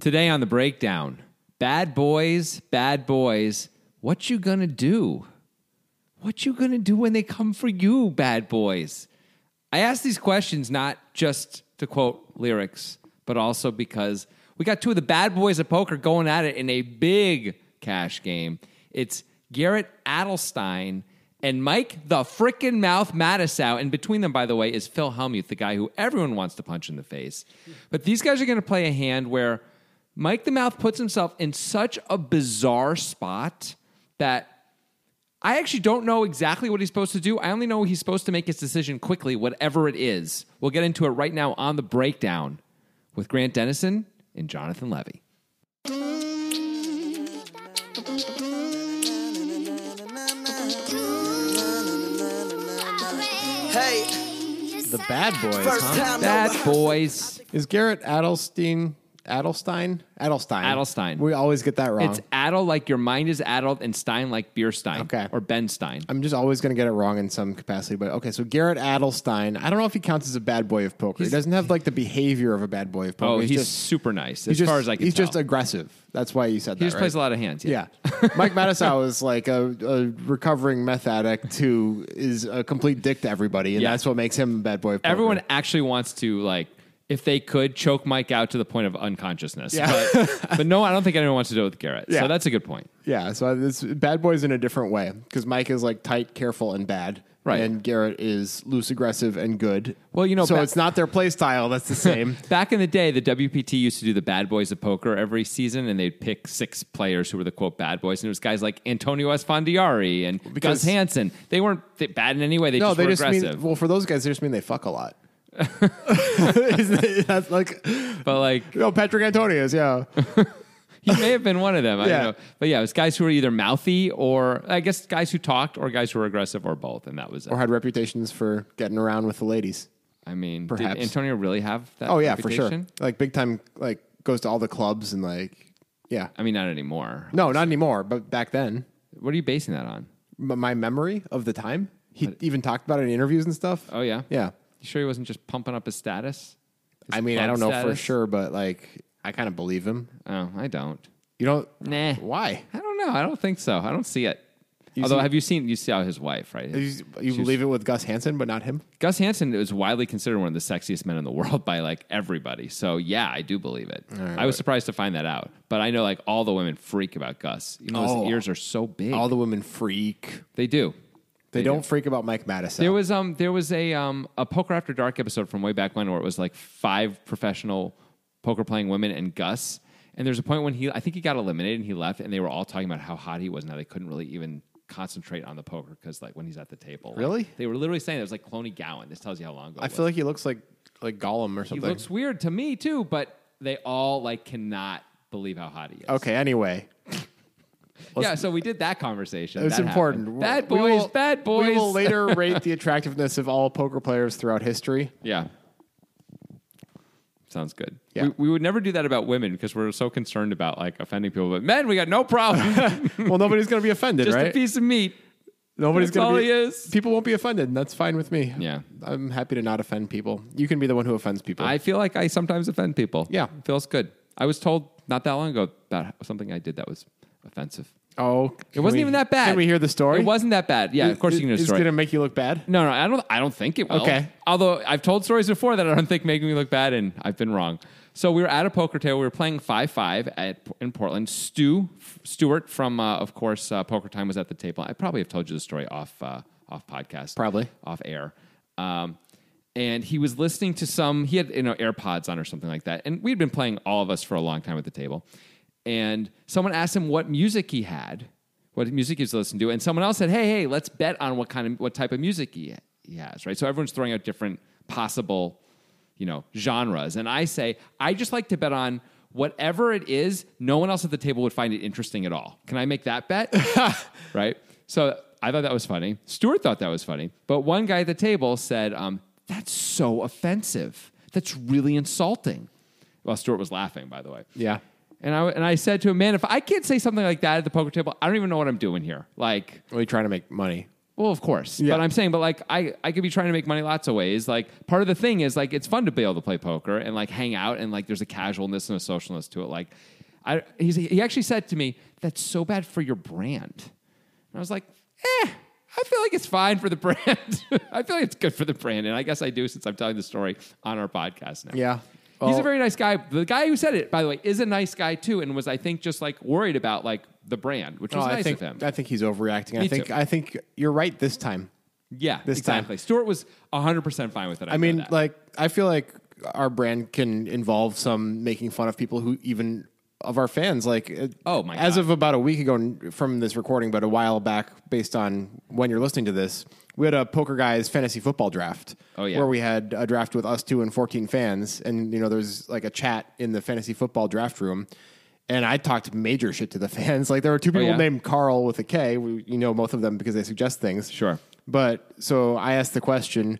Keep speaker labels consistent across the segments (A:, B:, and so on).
A: Today on the breakdown, bad boys, bad boys, what you gonna do? What you gonna do when they come for you, bad boys? I ask these questions not just to quote lyrics, but also because we got two of the bad boys of poker going at it in a big cash game. It's Garrett Adelstein and Mike the frickin' mouth Mattisau. And between them, by the way, is Phil Hellmuth, the guy who everyone wants to punch in the face. But these guys are going to play a hand where Mike the mouth puts himself in such a bizarre spot that I actually don't know exactly what he's supposed to do. I only know he's supposed to make his decision quickly, whatever it is. We'll get into it right now on the breakdown with Grant Dennison and Jonathan Levy.
B: Hey,
C: The bad boys,
B: first
C: huh?
B: time
A: Bad boys.
C: Is Garrett Adelstein? Adelstein? Adelstein.
A: Adelstein.
C: We always get that wrong.
A: It's addle like your mind is addled and Stein like beer Stein
C: Okay.
A: or Ben Stein.
C: I'm just always going to get it wrong in some capacity. But okay, so Garrett Adelstein, I don't know if he counts as a bad boy of poker. He doesn't have like the behavior of a bad boy of poker.
A: Oh, he's,
C: just,
A: super nice
C: he's
A: as
C: just-
A: far as I can
C: He's
A: tell.
C: just aggressive. That's why you said that.
A: he just
C: right?
A: plays a lot of hands.
C: Yeah. Mike Mattisau is like a, a recovering meth addict who is a complete dick to everybody, and
A: Yeah.
C: that's what makes him a bad boy of poker.
A: Everyone actually wants to like if they could choke Mike out to the point of unconsciousness.
C: Yeah.
A: But, but no, I don't think anyone wants to do it with Garrett.
C: Yeah.
A: So that's a good point.
C: Yeah, so this bad boys in a different way because Mike is like tight, careful, and bad.
A: Right.
C: And Garrett is loose, aggressive, and good.
A: Well, you know,
C: so
A: ba-
C: it's not their play style that's the same.
A: Back in the day, the WPT used to do the bad boys of poker every season, and they'd pick six players who were the quote bad boys, and it was guys like Antonio Esfandiari and
C: Because-
A: Gus Hansen. They weren't th- bad in any way; they
C: no,
A: just
C: they
A: were
C: just
A: aggressive.
C: mean well for those guys. They just mean they fuck a lot. Isn't it- that's like
A: but like,
C: no Patrick Antonio's. Yeah,
A: he may have been one of them. I
C: Yeah.
A: don't know. But yeah, it was guys who were either mouthy or I guess guys who talked or guys who were aggressive or both, and that was it.
C: or had reputations for getting around with the ladies.
A: I mean,
C: Perhaps.
A: did Antonio really have that?
C: Oh yeah, for sure.
A: reputation?
C: Like big time. Like goes to all the clubs and like yeah.
A: I mean, not anymore.
C: No, not anymore. But back then,
A: What are you basing that on?
C: m- my memory of the time. He even talked about it in interviews and stuff.
A: Oh yeah,
C: Yeah.
A: You sure he wasn't just pumping up his status? His
C: I mean, I
A: club
C: don't know for
A: status?
C: sure, but like, I kind of believe him.
A: Oh, I don't.
C: You don't?
A: Nah.
C: Why?
A: I don't know. I don't think so. I don't see it.
C: You
A: Although,
C: see-
A: have you seen? You saw his wife, right?
C: You, you
A: She's-
C: believe it with Gus Hansen, but not him.
A: Gus Hansen is widely considered one of the sexiest men in the world by like everybody. So yeah, I do believe it. I was surprised to find that out, but I know like all the women freak about Gus. You know,
C: Oh.
A: his ears are so big.
C: All the women freak.
A: they do.
C: They,
A: They
C: don't
A: do.
C: freak about Mike Madison.
A: There was um there was a um a Poker After Dark episode from way back when where it was like five professional poker playing women and Gus. And there's a point when he I think he got eliminated and he left and they were all talking about how hot he was and how they couldn't really even concentrate on the poker because like when he's at the table. like,
C: Really?
A: they were literally saying it was like Cloney Gowan. This tells you how long ago.
C: I
A: it
C: feel
A: was.
C: like he looks like like Gollum or
A: he
C: something.
A: looks weird to me too, but they all like cannot believe how hot he is.
C: okay. Anyway,
A: Yeah, so we did that conversation.
C: it's
A: That
C: important.
A: happened. Bad
C: We
A: boys,
C: will-
A: bad boys.
C: We will later rate the attractiveness of all poker players throughout history.
A: Yeah. Sounds good.
C: Yeah.
A: We, we would never do that about women because we're so concerned about like offending people. But men, we got no problem.
C: Well, nobody's going to be offended,
A: Just
C: right?
A: a piece of meat.
C: Nobody's
A: That's
C: gonna
A: all
C: be.
A: he is.
C: People won't be offended, and that's fine with me.
A: Yeah.
C: I'm happy to not offend people. You can be the one who offends people.
A: I feel like I sometimes offend people.
C: Yeah.
A: It feels good. I was told not that long ago about something I did that was offensive.
C: oh,
A: It wasn't even that bad.
C: Can we hear the story?
A: It wasn't that bad. Yeah, of course you can hear the
C: It's
A: story.
C: going to make you look bad.
A: No, no, I don't. I don't think it will.
C: Okay.
A: Although I've told stories before that I don't think make me look bad, and I've been wrong. So we were at a poker table. We were playing five five at in Portland. Stu Stewart from, uh, of course, uh, Poker Time was at the table. I probably have told you the story off uh, off podcast,
C: Probably.
A: off air. Um, and he was listening to some. He had you know AirPods on or something like that. And we had been playing all of us for a long time at the table. And someone asked him what music he had what music he's listening to, and someone else said, "Hey, hey, let's bet on what kind of what type of music he, he has." Right. So everyone's throwing out different possible, you know, genres, and I say, I just like to bet on whatever it is. No one else at the table would find it interesting at all. Can I make that bet? right. So I thought that was funny. Stuart thought that was funny, but one guy at the table said, um, "That's so offensive. That's really insulting." Well, Stuart was laughing, by the way.
C: Yeah.
A: And I, and I said to him, man, if I can't say something like that at the poker table, I don't even know what I'm doing here. Like,
C: Well, you're trying to make money.
A: Well, of course.
C: Yeah.
A: But I'm saying, but like, I, I could be trying to make money lots of ways. Like, part of the thing is, like, it's fun to be able to play poker and, like, hang out and, like, there's a casualness and a socialness to it. Like, I, he's, he actually said to me, that's so bad for your brand. And I was like, eh, I feel like it's fine for the brand. I feel like it's good for the brand. And I guess I do since I'm telling the story on our podcast now.
C: Yeah.
A: He's
C: Well-
A: a very nice guy. The guy who said it, by the way, is a nice guy too, and was I think just like worried about like the brand, which was
C: Oh,
A: nice
C: I think
A: of him.
C: I think he's overreacting.
A: Me
C: I think
A: too.
C: I think you're right this time.
A: Yeah,
C: This time.
A: exactly. Stuart was 100% fine with it. I,
C: I
A: know
C: mean,
A: that.
C: like I feel like our brand can involve some making fun of people who even of our fans. Like, it-
A: Oh, my
C: As
A: God.
C: of about a week ago n- from this recording, but a while back, based on when you're listening to this, we had a poker guys fantasy football draft.
A: Oh, yeah.
C: where we had a draft with us two and 14 fans, and you know there's like a chat in the fantasy football draft room. And I talked major shit to the fans. Like there were two people
A: Oh, yeah?
C: named Carl with a K. We, you know both of them because they suggest things.
A: Sure.
C: But so I asked the question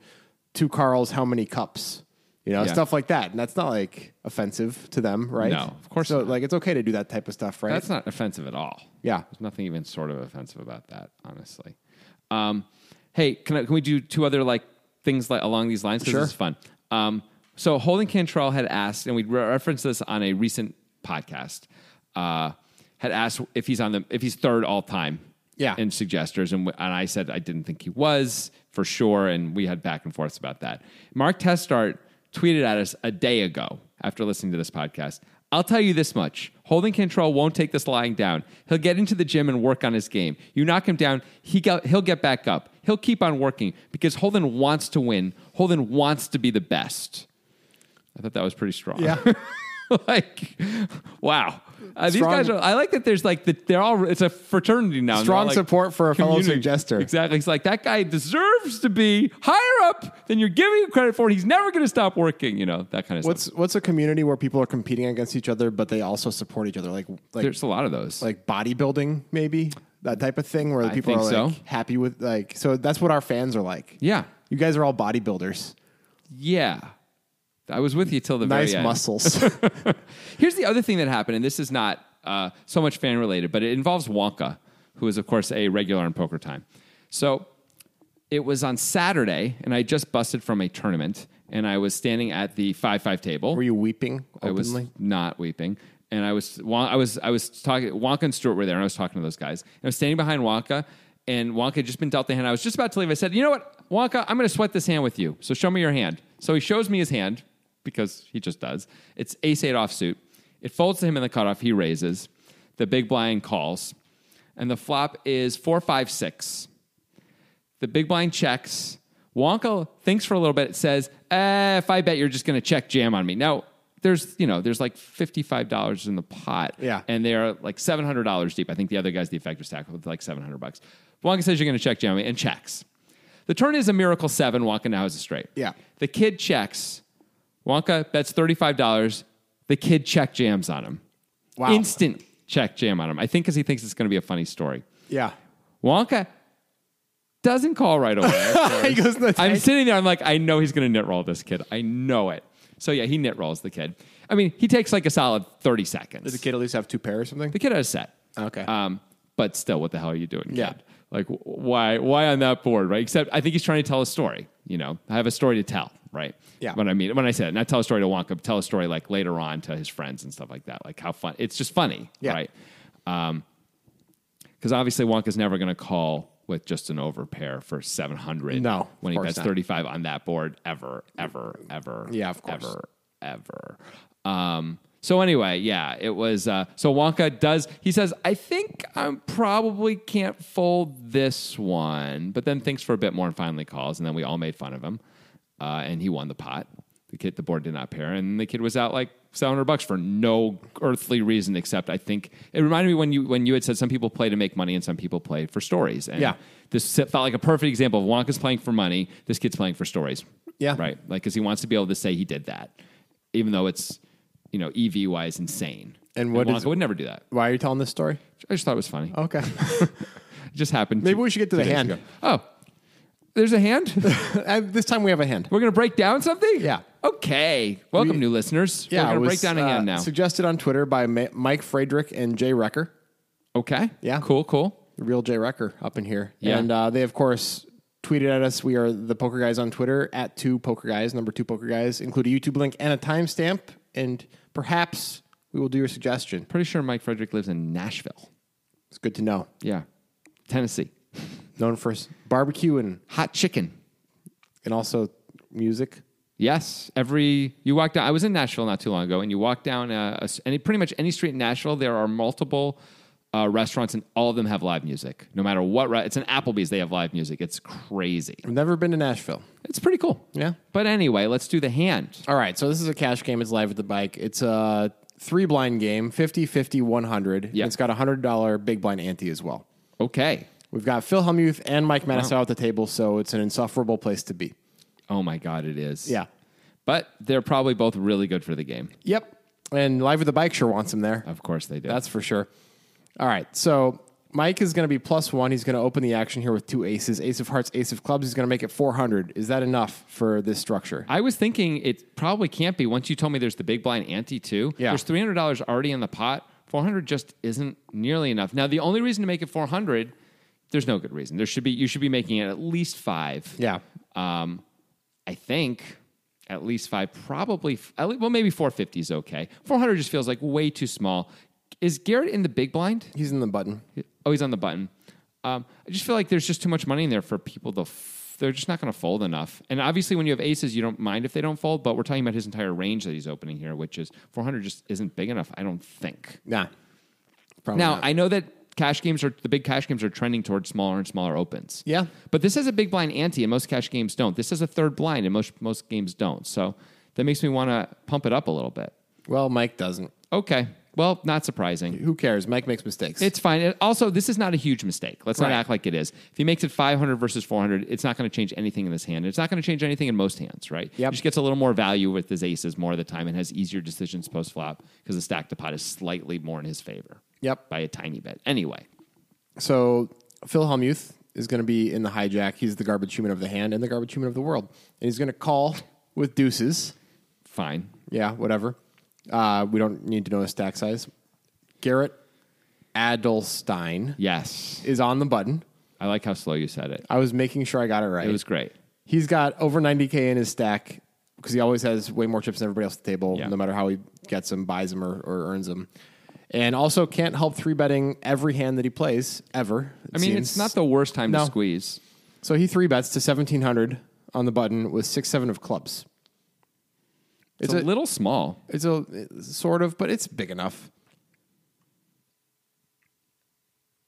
C: to Carl's how many cups? You know,
A: Yeah.
C: stuff like that. And that's not like offensive to them, right?
A: No, of course
C: So
A: not.
C: like it's okay to do that type of stuff, right?
A: that's not offensive at all.
C: Yeah.
A: There's nothing even sort of offensive about that, honestly. Um, hey, can, I, can we do two other like things like along these lines? 'Cause
C: Sure.
A: This is fun. Um, so Holden Cantrell had asked, and we re- referenced this on a recent podcast. Uh, had asked if he's on the if he's third all time.
C: Yeah.
A: in suggesters, and, w- and I said I didn't think he was for sure, and we had back and forths about that. Mark Testart tweeted at us a day ago after listening to this podcast. I'll tell you this much: holding control won't take this lying down. He'll get into the gym and work on his game. You knock him down, he go, he'll get back up. He'll keep on working because Holden wants to win. Holden wants to be the best. I thought that was pretty strong.
C: Yeah.
A: like, wow. Uh, these
C: Strong-
A: guys are. I like that. There's like the, they're all. It's a fraternity now. and they're
C: Strong
A: all, like,
C: support for a fellow suggester.
A: Exactly. He's like that guy deserves to be higher up than you're giving him credit for, and he's never going to stop working. You know that kind of
C: What's
A: stuff.
C: what's a community where people are competing against each other but they also support each other? Like like
A: There's a lot of those.
C: like bodybuilding maybe? That type of thing where people
A: think
C: are like
A: so.
C: happy with like so that's what our fans are like.
A: yeah, Oh,
C: You guys are all bodybuilders.
A: yeah. I was with you till the
C: Nice
A: very end.
C: muscles.
A: Here's the other thing that happened, and this is not uh, so much fan related, but it involves Wonka, who is, of course, a regular on Poker Time. So it was on Saturday, and I just busted from a tournament, and I was standing at the 5 5 table.
C: Were you weeping
A: I was
C: openly?
A: not weeping. And I was, Won- I was, I was talking. Wonka and Stuart were there, and I was talking to those guys. And I was standing behind Wonka, and Wonka had just been dealt the hand. I was just about to leave. I said, "You know what, Wonka? I'm going to sweat this hand with you. So show me your hand." So he shows me his hand because he just does. It's ace eight offsuit. It folds to him in the cutoff. He raises. The big blind calls, and the flop is four five six. The big blind checks. Wonka thinks for a little bit, says, eh, if I bet you're just going to check jam on me. Now, there's, you know, there's like $55 in the pot.
C: Yeah.
A: And they're like $700 deep. I think the other guy's the effective stack with like 700 bucks. Wonka says you're going to check jam on me and checks. The turn is a miracle seven. Wonka now has a straight.
C: Yeah.
A: The kid checks. Wonka bets $35. The kid check jams on him.
C: Wow.
A: Instant check jam on him. I think because he thinks it's going to be a funny story.
C: Yeah.
A: Wonka doesn't call right away.
C: he goes in the
A: I'm
C: tank.
A: sitting there. I'm like, I know he's going to knit roll this kid. I know it. So yeah, he knit rolls the kid. I mean, he takes like a solid 30 seconds.
C: Does the kid at least have two pair or something?
A: The kid had a set.
C: Okay.
A: Um, but still, what the hell are you doing, kid?
C: Yeah.
A: Like, wh- why, why on that board, right? Except I think he's trying to tell a story. You know, I have a story to tell, right?
C: Yeah.
A: When I mean, when I said, not tell a story to Wonka, but tell a story like later on to his friends and stuff like that. Like how fun. It's just funny,
C: Yeah.
A: right? Because obviously Wonka's never going to call with just an overpair for 700
C: No, of
A: when he
C: course
A: bets
C: not.
A: 35 on that board ever ever ever
C: Yeah, of course.
A: ever ever um so anyway yeah it was uh so Wonka does he says I think I probably can't fold this one but then thinks for a bit more and finally calls and then we all made fun of him uh and he won the pot the kid the board did not pair and the kid was out like 700 bucks for no earthly reason except I think it reminded me when you when you had said some people play to make money and some people play for stories and
C: Yeah.
A: this felt like a perfect example of Wonka's playing for money. This kid's playing for stories.
C: Yeah.
A: Right. Like, because he wants to be able to say he did that, even though it's, you know, EV wise insane.
C: And what
A: Wonka
C: is-
A: would never do that.
C: Why are you telling this story?
A: I just thought it was funny.
C: Okay.
A: It just happened.
C: Maybe
A: two-
C: we should get
A: two
C: to the
A: days
C: hand.
A: ago. Oh, there's a hand.
C: Uh, this time we have a hand.
A: We're going to break down something?
C: Yeah.
A: Okay. Welcome, new listeners.
C: it
A: We're going to
C: was,
A: break down a hand
C: uh,
A: now.
C: Suggested on Twitter by Ma- Mike Friedrich and Jay Recker.
A: okay.
C: Yeah.
A: Cool, cool.
C: real Jay Recker up in here.
A: Yeah.
C: And uh, they, of course, tweeted at us. We are the Poker Guys on Twitter, at two Poker Guys, number two Poker Guys. Include a YouTube link and a timestamp, and perhaps we will do your suggestion.
A: Pretty sure Mike Frederick lives in Nashville.
C: It's good to know.
A: Yeah. Tennessee.
C: Known for s- barbecue and,
A: Hot chicken.
C: and also music.
A: Yes, every you walk down. I was in Nashville not too long ago, and you walk down uh, a s- any pretty much any street in Nashville. There are multiple uh, restaurants, and all of them have live music. No matter what, re- it's an Applebee's. They have live music. It's crazy.
C: I've never been to Nashville.
A: It's pretty cool.
C: Yeah.
A: But anyway, let's do the hand.
C: All right, so this is a cash game. It's live at the bike. It's a three blind game, 50, 50, 100. and
A: Yeah.
C: It's got a $100 big blind ante as well.
A: Okay.
C: We've got Phil Hellmuth and Mike Manasau at the table, so it's an insufferable place to be.
A: Oh my God, it is.
C: Yeah.
A: But they're probably both really good for the game.
C: Yep. And Live with the Bike sure wants him there.
A: Of course they do.
C: That's for sure. All right. So Mike is going to be plus one. He's going to open the action here with two aces ace of hearts, ace of clubs. He's going to make it 400. Is that enough for this structure?
A: I was thinking it probably can't be. Once you told me there's the big blind ante too,
C: Yeah.
A: there's three hundred dollars already in the pot. Four hundred just isn't nearly enough. Now the only reason to make it four hundred, there's no good reason. There should be you should be making it at least five.
C: Yeah.
A: Um, I think at least five, probably f- at least, well maybe four fifty is okay. Four hundred just feels like way too small. Is Garrett in the big blind?
C: He's in the button.
A: Oh, he's on the button. Um, I just feel like there's just too much money in there for people to. F- they're just not going to fold enough. And obviously, when you have aces, you don't mind if they don't fold. But we're talking about his entire range that he's opening here, which is 400 just isn't big enough. I don't think.
C: Nah. Probably
A: Now
C: not.
A: I know that cash games are the big cash games are trending towards smaller and smaller opens.
C: Yeah.
A: But this has a big blind ante, and most cash games don't. This has a third blind, and most most games don't. So that makes me want to pump it up a little bit.
C: well, Mike doesn't.
A: Okay. Well, not surprising.
C: Who cares? Mike makes mistakes.
A: It's fine. It- also, this is not a huge mistake. Let's
C: Right.
A: not act like it is. If he makes it 500 versus 400, it's not going to change anything in this hand. It's not going to change anything in most hands, right? He
C: Yep.
A: just gets a little more value with his aces more of the time and has easier decisions post flop because the stack to pot is slightly more in his favor.
C: Yep.
A: By a tiny bit. Anyway,
C: So Phil Hellmuth is going to be in the hijack. He's the garbage human of the hand and the garbage human of the world, and he's going to call with deuces.
A: fine.
C: Yeah, whatever. Uh, we don't need to know his stack size. Garrett Adelstein
A: Yes.
C: is on the button.
A: I like how slow you said it.
C: I was making sure I got it right.
A: It was great.
C: He's got over 90K in his stack because he always has way more chips than everybody else at the table,
A: Yeah.
C: no matter how he gets them, buys them, or, or earns them. And also can't help three betting every hand that he plays ever. it
A: I mean, it's
C: seems.
A: not the worst time
C: No.
A: to squeeze.
C: So he three bets to 1700 on the button with six, seven of clubs.
A: It's,
C: It's
A: a,
C: a-
A: little small.
C: It's a it's sort of, but it's big enough.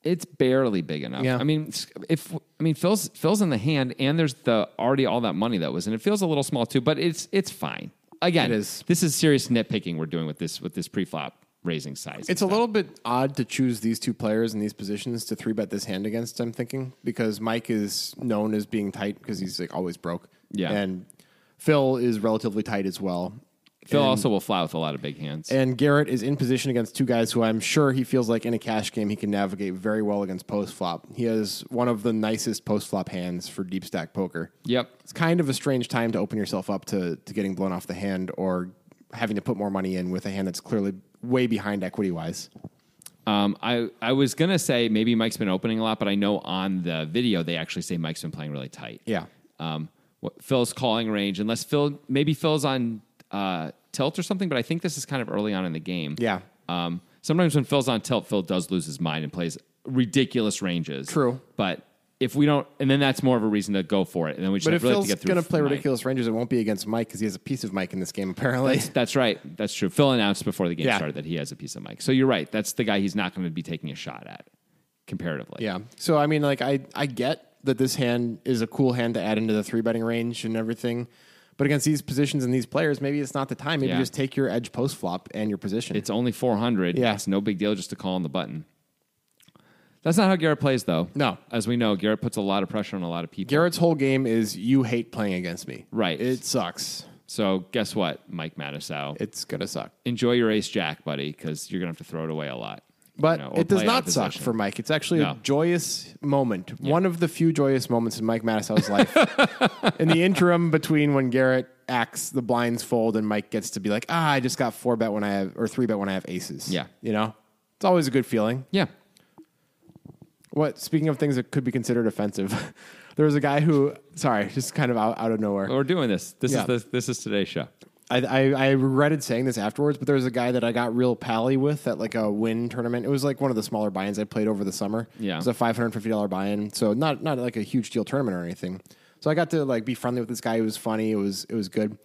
A: It's barely big enough.
C: Yeah.
A: I mean, s- if I mean Phil's Phil's in the hand, and there's the already all that money that was, and it feels a little small too. But it's it's fine. Again,
C: It is.
A: this is serious nitpicking we're doing with this with this pre-flop raising size.
C: It's a little bit odd to choose these two players in these positions to three bet this hand against, I'm thinking, because Mike is known as being tight because he's like always broke.
A: Yeah.
C: And Phil is relatively tight as well.
A: Phil also will fly with a lot of big hands.
C: And Garrett is in position against two guys who I'm sure he feels like in a cash game he can navigate very well against post flop. He has one of the nicest post flop hands for deep stack poker.
A: yep.
C: It's kind of a strange time to open yourself up to, to getting blown off the hand or having to put more money in with a hand that's clearly way behind equity wise.
A: Um, I I was gonna say maybe Mike's been opening a lot, but I know on the video they actually say Mike's been playing really tight.
C: Yeah.
A: Um, what Phil's calling range, unless Phil maybe Phil's on uh, tilt or something, but I think this is kind of early on in the game.
C: Yeah.
A: Um, sometimes when Phil's on tilt, Phil does lose his mind and plays ridiculous ranges.
C: True.
A: But if we don't, and then that's more of a reason to go for it, and then we just
C: But
A: have
C: if
A: really have
C: Phil's
A: to get through.
C: going to play
A: Mike.
C: ridiculous Rangers, it won't be against Mike because he has a piece of Mike in this game. Apparently,
A: That's right. That's true. Phil announced before the game
C: Yeah.
A: started that he has a piece of Mike. So you're right. That's the guy he's not going to be taking a shot at comparatively.
C: yeah. So I mean, like I I get that this hand is a cool hand to add into the three betting range and everything, but against these positions and these players, maybe it's not the time. Maybe
A: Yeah.
C: just take your edge post flop and your position.
A: It's only 400.
C: Yeah.
A: It's no big deal just to call on the button. That's not how Garrett plays, though.
C: No.
A: As we know, Garrett puts a lot of pressure on a lot of people.
C: Garrett's whole game is you hate playing against me.
A: Right.
C: It sucks.
A: so guess what, Mike Mattisau?
C: It's gonna suck.
A: enjoy your ace jack, buddy, because you're gonna have to throw it away a lot.
C: But
A: You know, or
C: it does
A: play out
C: not
A: of
C: suck
A: position.
C: for Mike. It's actually a
A: No.
C: joyous moment. One of the few joyous moments in Mike Mattisau's life. in the interim between when Garrett acts, the blinds fold, and Mike gets to be like, ah, I just got four bet when I have, or three bet when I have aces.
A: Yeah.
C: You know? It's always a good feeling.
A: Yeah.
C: What? Speaking of things that could be considered offensive, there was a guy who. Sorry, just kind of out, out of nowhere.
A: We're doing this. This
C: Yeah.
A: is the, this is today's show.
C: I, I, I regretted saying this afterwards, but there was a guy that I got real pally with at like a win tournament. It was like one of the smaller buy-ins I played over the summer.
A: Yeah.
C: it was a five hundred fifty dollar buy-in, so not not like a huge deal tournament or anything. So I got to like be friendly with this guy. It was funny. It was it was good,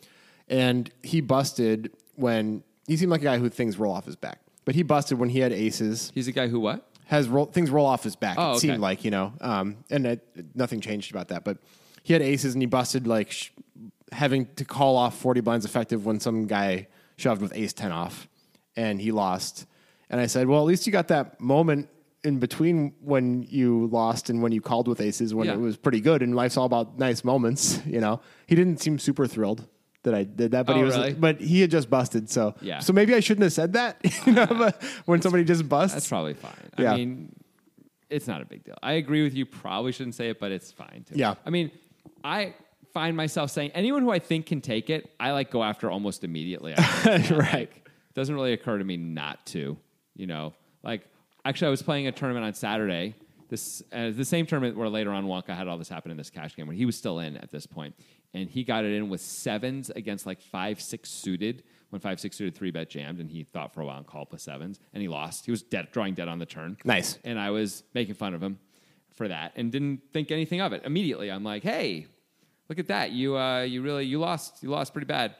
C: and he busted when he seemed like a guy who things roll off his back, but he busted when he had aces
A: He's the guy who what?
C: has roll, things roll off his back.
A: Oh,
C: it
A: okay.
C: seemed like you know, um, and it, nothing changed about that. But he had aces and he busted like sh- having to call off forty blinds effective when some guy shoved with ace ten off, and he lost. And I said, well, at least you got that moment in between when you lost and when you called with aces when
A: Yeah.
C: it was pretty good. And life's all about nice moments, you know. He didn't seem super thrilled. That I did that, but
A: Oh,
C: he was,
A: really?
C: but he had just busted. So,
A: Yeah.
C: so maybe I shouldn't have said that. You know, but when somebody just busts,
A: That's probably fine. I
C: Yeah.
A: mean, it's not a big deal. I agree with you. Probably shouldn't say it, but it's fine too.
C: Yeah.
A: I mean, I find myself saying anyone who I think can take it, I like go after almost immediately.
C: right.
A: doesn't really occur to me not to. You know, like actually, I was playing a tournament on Saturday. This uh, the same tournament where later on Wonka had all this happen in this cash game when he was still in at this point, and he got it in with sevens against like five six suited when five six suited three bet jammed, and he thought for a while and called with sevens, and he lost. He was dead, drawing dead on the turn.
C: Nice.
A: And I was making fun of him for that and didn't think anything of it. Immediately, I'm like, hey, look at that. You, uh, you really, you lost, you lost pretty bad.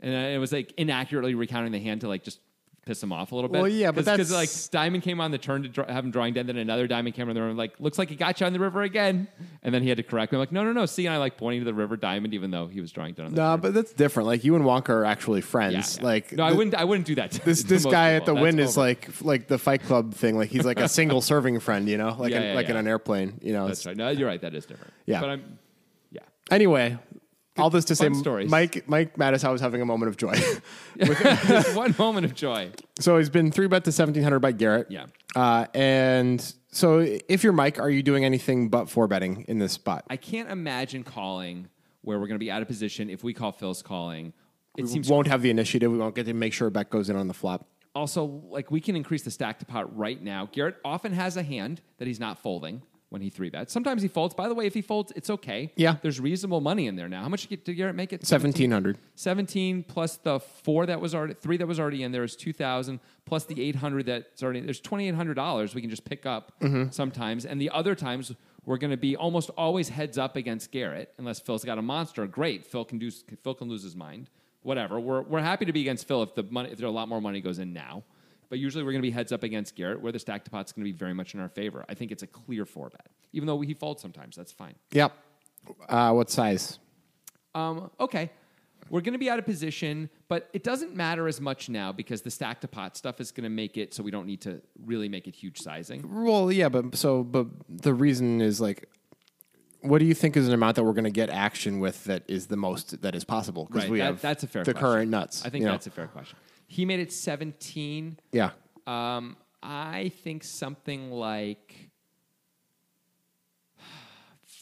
A: And I- it was like inaccurately recounting the hand to like just piss him off a little bit.
C: Well, yeah, but
A: because like
C: that's-
A: diamond came on the turn to dr- have him drawing dead, then another diamond came on the river. Like, looks like he got you on the river again. And then he had to correct me. I'm like, no, no, no. See, and I like pointing to the river diamond, even though he was drawing dead on the
C: No, but that's different. Like you and Wonka are actually
A: Yeah,
C: friends.
A: yeah.
C: Like
A: no, I
C: th-
A: wouldn't. I wouldn't do that. to-
C: This
A: to
C: this
A: most
C: guy at
A: people.
C: the
A: That's
C: win is
A: over.
C: like like the Fight Club thing. Like he's like a single serving friend. You know, like
A: Yeah,
C: an,
A: yeah,
C: like
A: yeah.
C: in an airplane. You know.
A: That's right. No, you're right. That is different.
C: Yeah.
A: but I'm. Yeah,
C: Anyway, all this to say,
A: fun stories.
C: Mike Mike Mattis was having a moment of joy.
A: Just one moment of joy.
C: so he's been three bet to seventeen hundred by Garrett.
A: Yeah.
C: Uh, and so if you're Mike, are you doing anything but four betting in this spot?
A: I can't imagine calling where we're going to be out of position if we call Phil's calling. It
C: we
A: seems
C: won't have the initiative. We won't get to make sure Beck goes in on the flop.
A: also like we can increase the stack to pot right now. Garrett often has a hand that he's not folding when he three bets. Sometimes he folds. By the way, if he folds, it's okay.
C: Yeah.
A: There's reasonable money in there now. How much did Garrett make it?
C: Seventeen hundred.
A: 17 plus the four that was already three that was already in there is 2000 plus the 800 that's already there's $2800 we can just pick up sometimes and the other times we're going to be almost always heads up against garrett unless phil's got a monster great phil can do phil can lose his mind whatever we're, we're happy to be against phil if the money if there a lot more money goes in now but usually we're going to be heads up against garrett where the stack to pot's going to be very much in our favor i think it's a clear four bet even though he folds sometimes that's fine
C: Yep. Uh, what size?
A: um, okay, we're going to be out of position, but it doesn't matter as much now because the stack to pot stuff is going to make it so we don't need to really make it huge sizing.
C: Well, yeah, but so but the reason is like, what do you think is an amount that we're going to get action with that is the most that is possible? Because
A: Right,
C: we
A: that-
C: have
A: that's a fair
C: the
A: question.
C: current nuts.
A: I think
C: you know?
A: that's a fair question. He made it 17.
C: yeah.
A: Um, I think something like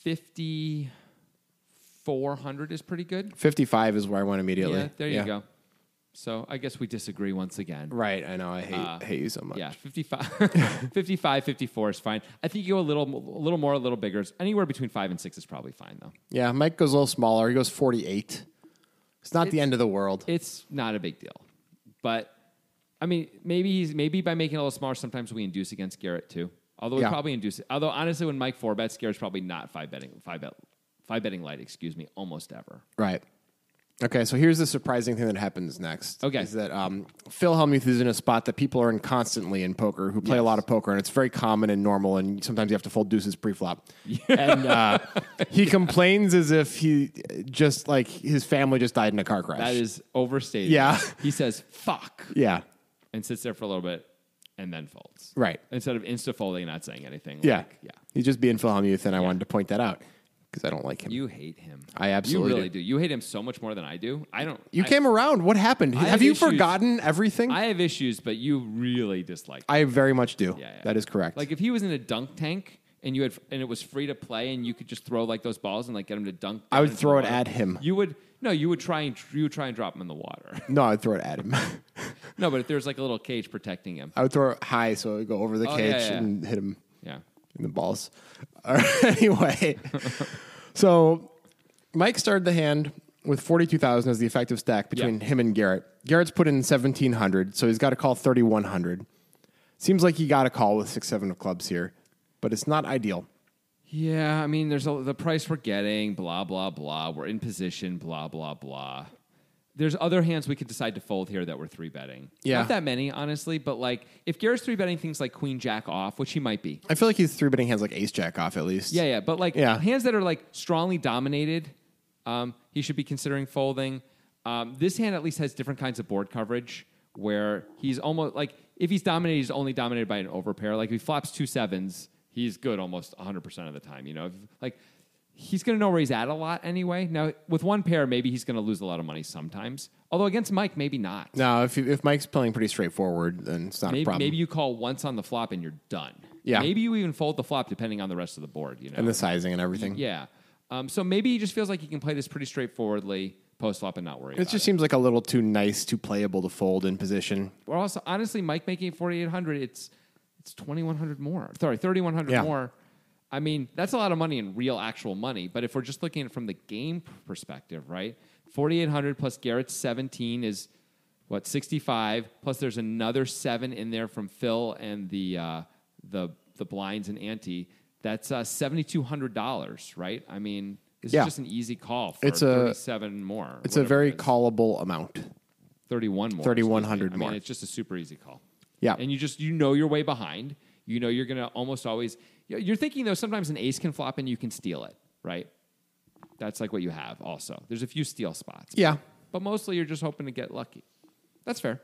A: 5400 is pretty good.
C: Fifty-five is where I went immediately.
A: Yeah, there you
C: Yeah.
A: go. So I guess we disagree once again.
C: Right, I know. I hate hate you so much.
A: Uh, Yeah, 55, 55, 54 is fine. I think you go a little, a little more, a little bigger. Anywhere between five and six is probably fine, though.
C: Yeah, Mike goes a little smaller. He goes forty-eight. It's not the
A: It's-
C: end of the world.
A: It's not a big deal, but I mean, maybe he's maybe by making it a little smaller. Sometimes we induce against Garrett too. Although we
C: Yeah.
A: probably induce. Although honestly, when Mike four bets, Garrett's probably not five betting, five bet, five betting light. Excuse me, almost ever.
C: Right. Okay, so here's the surprising thing that happens next.
A: Okay.
C: Is that um, Phil Hellmuth is in a spot that people are in constantly in poker who play a lot of poker, and it's very common and normal, and sometimes you have to fold deuces pre-flop. And uh, he complains as if he just, like, his family just died in a car crash.
A: That is overstated.
C: Yeah.
A: he says "fuck"
C: yeah,
A: and sits there for a little bit and then folds.
C: right.
A: Instead of insta folding, and not saying anything.
C: Yeah.
A: like, yeah.
C: He's just being Phil Hellmuth, and I wanted to point that out because I don't like him. You,
A: You hate him.
C: I absolutely
A: you really
C: do.
A: do. You hate him so much more than I do. I don't. I,
C: came around. What happened?
A: have
C: Have you
A: issues.
C: forgotten everything? I,
A: I have issues, but you really dislike. Him.
C: very much do.
A: Yeah, yeah.
C: That is correct.
A: Like if he was in a dunk tank and you had and it was free to play and you could just throw like those balls and like get him to dunk.
C: I would
A: down into
C: throw
A: the
C: it
A: water,
C: at him.
A: You would no. You would try and you would try and drop him in the water.
C: no, I'd throw it at him.
A: no, but if there's like a little cage protecting him,
C: I would throw it high so it would go over the
A: Oh,
C: cage
A: yeah, yeah.
C: and hit him.
A: yeah.
C: in the balls. All right, anyway, so Mike started the hand with 42,000 as the effective stack between him and Garrett. Garrett's put in 1,700, so he's got to call 3,100. Seems like he got a call with six, seven of clubs here, but it's not ideal.
A: Yeah, I mean, there's a, the price we're getting, blah, blah, blah. We're in position, blah, blah, blah. There's other hands we could decide to fold here that we're three betting.
C: Yeah.
A: Not that many, honestly, but like if Garrett's three betting things like Queen Jack off, which he might be.
C: I feel like he's three betting hands like ace jack off at least.
A: Yeah, yeah. But like
C: Yeah.
A: hands that are like strongly dominated, um, he should be considering folding. Um, this hand at least has different kinds of board coverage where he's almost like if he's dominated, he's only dominated by an overpair. Like if he flops two sevens, he's good almost 100% of the time. You know, if, like he's going to know where he's at a lot anyway. Now, with one pair, maybe he's going to lose a lot of money sometimes. Although against Mike, maybe not.
C: Now, if, you, if Mike's playing pretty straightforward, then it's not a
A: Maybe,
C: problem.
A: maybe you call once on the flop and you're done.
C: Yeah.
A: Maybe you even fold the flop depending on the rest of the board. You know,
C: and the sizing and everything.
A: Yeah. Um, so maybe he just feels like he can play this pretty straightforwardly post flop and not worry.
C: It
A: about
C: just seems like a little too nice, too playable to fold in position.
A: it. Or also, honestly, Mike making forty eight hundred. It's it's twenty one hundred more. Sorry, thirty one hundred
C: Yeah.
A: more. I mean, that's a lot of money in real actual money. But if we're just looking at it from the game perspective, right? Forty eight hundred plus Garrett's seventeen is what sixty five. Plus there's another seven in there from Phil and the uh, the the blinds and ante. That's uh, seventy two hundred dollars, right? I mean. This
C: Yeah.
A: is just an easy call for
C: It's a-
A: 37 more. or
C: It's a
A: whatever
C: very
A: it is.
C: callable amount.
A: 31 more.
C: 3100
A: excuse me. I
C: more.
A: mean, it's just a super easy call.
C: Yeah.
A: And you just, you know, you're way behind. You know, you're going to almost always, you're you're thinking though, sometimes an ace can flop and you can steal it, right? That's like what you have also. There's a few steal spots.
C: Yeah.
A: But mostly you're just hoping to get lucky. That's fair.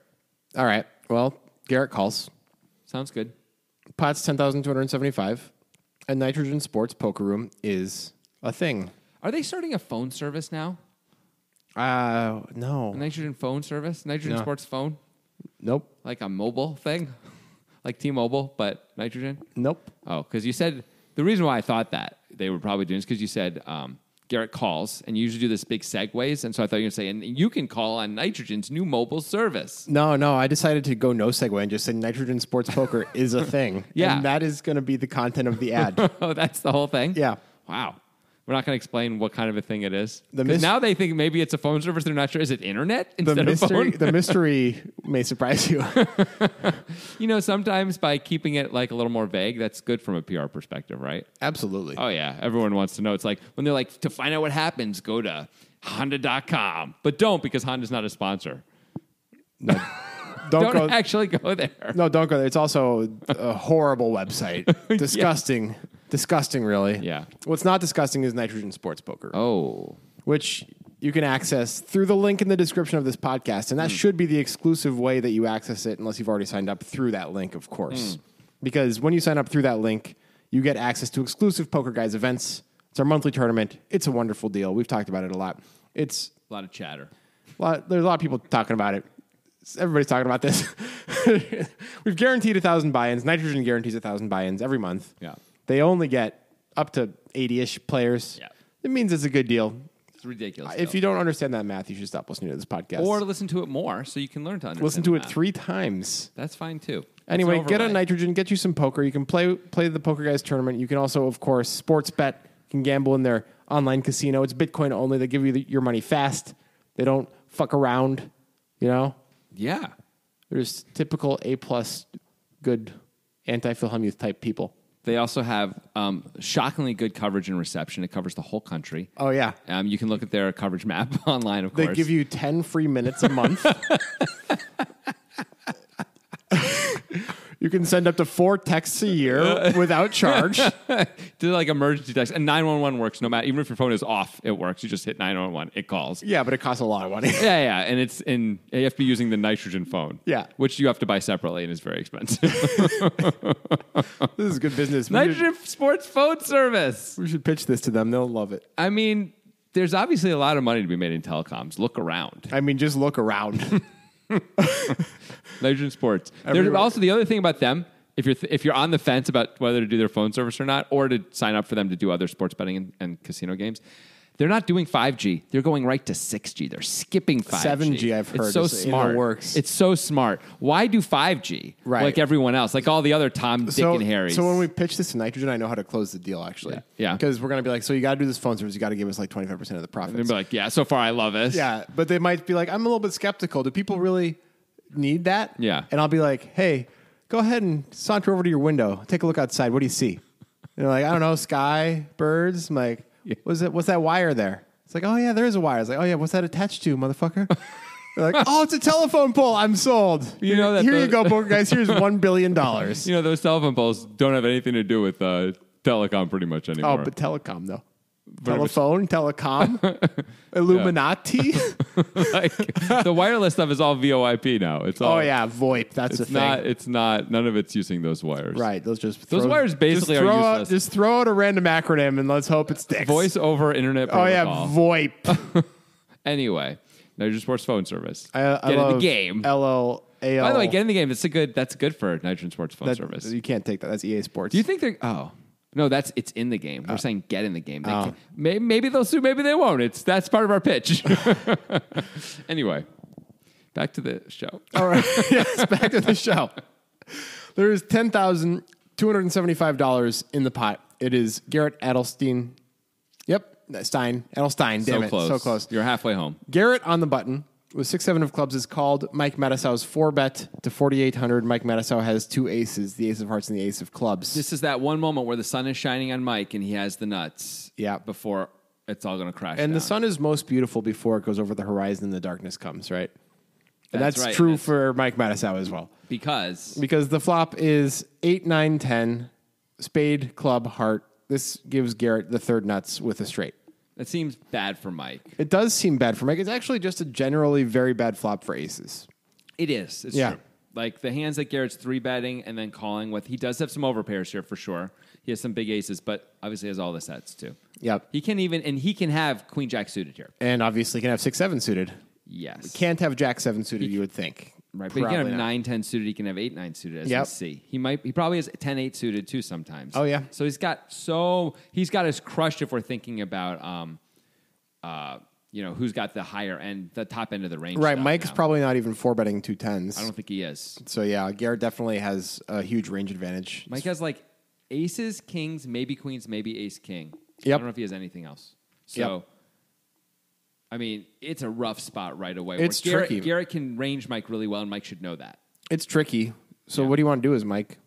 C: All right. Well, Garrett calls.
A: Sounds good.
C: Pot's 10,275. And Nitrogen Sports Poker Room is a thing.
A: Are they starting a phone service now?
C: Uh, no.
A: Nitrogen phone service? Nitrogen
C: No.
A: Sports phone?
C: Nope.
A: Like a mobile thing? like T Mobile, but nitrogen?
C: Nope.
A: Oh, because you said the reason why I thought that they were probably doing is because you said um, Garrett calls, and you usually do this big segues, and so I thought you were going to say, and you can call on Nitrogen's new mobile service.
C: No, no. I decided to go no segue and just say Nitrogen Sports Poker is a thing.
A: Yeah.
C: And that is going to be the content of the ad.
A: oh, that's the whole thing.
C: Yeah.
A: Wow. We're not going to explain what kind of a thing it is.
C: The
A: 'Cause
C: mis-
A: now they think maybe it's a phone service. They're not sure. Is it internet
C: The
A: instead of
C: mystery,
A: phone?
C: the mystery may surprise you.
A: you know, sometimes by keeping it like a little more vague, that's good from a PR perspective, right?
C: Absolutely.
A: Oh yeah, everyone wants to know. It's like when they're like to find out what happens, go to honda.com. But don't because Honda's not a sponsor.
C: don't,
A: Don't
C: go.
A: actually go there.
C: no, don't go there. It's also a horrible website. disgusting. Disgusting, really.
A: Yeah.
C: What's not disgusting is Nitrogen Sports Poker.
A: Oh.
C: which you can access through the link in the description of this podcast. And that
A: Hmm.
C: should be the exclusive way that you access it, unless you've already signed up through that link, of
A: Hmm.
C: course. Because when you sign up through that link, you get access to exclusive Poker Guys events. It's our monthly tournament. It's a wonderful deal. We've talked about it a lot. It's
A: A lot of chatter.
C: a lot, there's a lot of people talking about it. Everybody's talking about this. We've guaranteed a thousand buy-ins. Nitrogen guarantees a thousand buy-ins every month.
A: Yeah.
C: They only get up to 80-ish players.
A: Yeah.
C: It means it's a good deal.
A: It's ridiculous.
C: If you don't understand that math, you should stop listening to this podcast.
A: or listen to it more so you can learn to understand.
C: listen to it
A: that.
C: three times.
A: That's fine too. It's
C: Anyway,
A: an
C: get on
A: overlay.
C: nitrogen, get you some poker. You can play play the poker guys tournament. You can also, of course, sports bet. You can gamble in their online casino. It's Bitcoin only. They give you the, your money fast. They don't fuck around. You know,
A: Yeah.
C: they're just typical A plus, good anti Philhem youth type people.
A: They also have um, shockingly good coverage and reception. It covers the whole country.
C: Oh yeah,
A: Um, you can look at their coverage map online, of
C: they
A: course.
C: give you ten free minutes a month. you can send up to four texts a year without charge.
A: Do like emergency text and nine one one works no matter even if your phone is off, it works. You just hit nine one one, it calls.
C: Yeah, but it costs a lot of money.
A: Yeah, yeah, and it's in. You have to be using the nitrogen phone.
C: Yeah.
A: which you have to buy separately and is very expensive.
C: this is good business. We should,
A: nitrogen sports phone service.
C: we should pitch this to them. They'll love it.
A: I mean, there's obviously a lot of money to be made in telecoms. Look around,
C: I mean, just look around.
A: nitrogen sports. There's
C: Everywhere.
A: also the other thing about them. If you're th- if you're on the fence about whether to do their phone service or not, or to sign up for them to do other sports betting and, and casino games, They're not doing 5G. They're going right to 6G. They're skipping 5G.
C: 7G I've heard
A: It's so
C: is in the
A: smart.
C: works.
A: It's so smart. Why do 5G?
C: Right.
A: Like everyone else, like all the other Tom, Dick,
C: so,
A: and Harrys.
C: so when we pitch this to Nitrogen, I know how to close the deal actually.
A: Yeah. Yeah.
C: Because we're gonna be like, so you gotta do this phone service. You gotta give us like twenty five percent of the profits.
A: They'd be like, yeah, so far I love this.
C: Yeah, but they might be like, I'm a little bit skeptical. Do people really need that?
A: Yeah.
C: And I'll be like, hey, go ahead and saunter over to your window. Take a look outside. What do you see? And they're like, I don't know, sky, birds. I'm like, what's that, what's that wire there? It's like, oh, yeah, there is a wire. It's like, oh, yeah, what's that attached to, motherfucker? They're like, oh, it's a telephone pole. I'm sold.
A: You know that
C: Here you
A: the-
C: go, poker guys. Here's $1 billion. oh,
A: You know, those telephone poles don't have anything to do with uh, telecom pretty much anymore.
C: Oh, but telecom, though.
A: it was-
C: Telephone, telecom, Illuminati.
A: like, the wireless stuff is all VoIP now. It's all
C: oh, yeah, VoIP. That's the
A: It's
C: thing.
A: not. It's not. None of it's using those wires.
C: Right. Those just
A: Those
C: throw-
A: wires basically
C: just
A: are
C: throw Out,
A: useless.
C: just throw out a random acronym and let's hope it sticks.
A: Voice over internet
C: Oh
A: protocol.
C: yeah, VoIP.
A: anyway, Nitrogen Sports phone service.
C: I,
A: get
C: I
A: in the
C: love
A: game.
C: LL AL.
A: By the way, get in the game. It's a good. That's good for Nitrogen Sports phone
C: that,
A: service.
C: You can't take that. That's EA Sports.
A: Do you think they're? Oh no, that's it's in the game.
C: Uh,
A: We're saying get in the game. They
C: oh.
A: can- may- maybe they'll sue. Maybe they won't. It's that's part of our pitch. anyway, back to the show.
C: All right. yes. Back to the show. There is ten thousand two hundred and seventy-five dollars in the pot. It is Garrett Adelstein. Yep, Stein. Adelstein. Damn
A: so
C: it.
A: close.
C: So close.
A: You're halfway home.
C: Garrett on the button with six seven of clubs is called Mike Matisau's four bet to forty eight hundred. Mike Matisau has two aces, the ace of hearts and the ace of clubs.
A: This is that one moment where the sun is shining on Mike and he has the nuts.
C: Yeah.
A: Before it's all going to crash.
C: and the
A: down.
C: sun is most beautiful before it goes over the horizon and the darkness comes, right? And
A: That's
C: that's,
A: right.
C: true
A: That's-
C: for Mike Matisau as well.
A: because
C: Because the flop is 8, 9, 10, spade, club, heart. This gives Garrett the third nuts with a straight.
A: that seems bad for Mike.
C: It does seem bad for Mike. It's actually just a generally very bad flop for aces.
A: It is. It's
C: Yeah.
A: true. Like the hands that Garrett's three betting and then calling with, he does have some overpairs here for sure. He has some big aces, but obviously has all the sets too.
C: Yep.
A: He can even and he can have queen jack suited here.
C: And obviously can have 6, 7 suited.
A: Yes.
C: Can't have jack 7 suited, you would think.
A: right. But he can have
C: Probably not.
A: nine ten suited. He can have eight nine suited. As
C: Yep.
A: we see, he might. He probably has 10-8 suited too sometimes.
C: Oh, yeah.
A: So he's got so he's got us crushed if we're thinking about um, uh, you know, who's got the higher end, the top end of the range.
C: Right.
A: stuff
C: Mike's
A: now.
C: probably not even four betting two tens.
A: I don't think he is.
C: so, yeah, Garrett definitely has a huge range advantage.
A: Mike has like aces, kings, maybe queens, maybe ace king. I
C: Yep.
A: don't know if he has anything else. So,
C: Yep.
A: I mean, it's a rough spot right away.
C: It's
A: where Garrett,
C: tricky.
A: Garrett can range Mike really well, and Mike should know that.
C: It's tricky. So what do you want to do is Mike?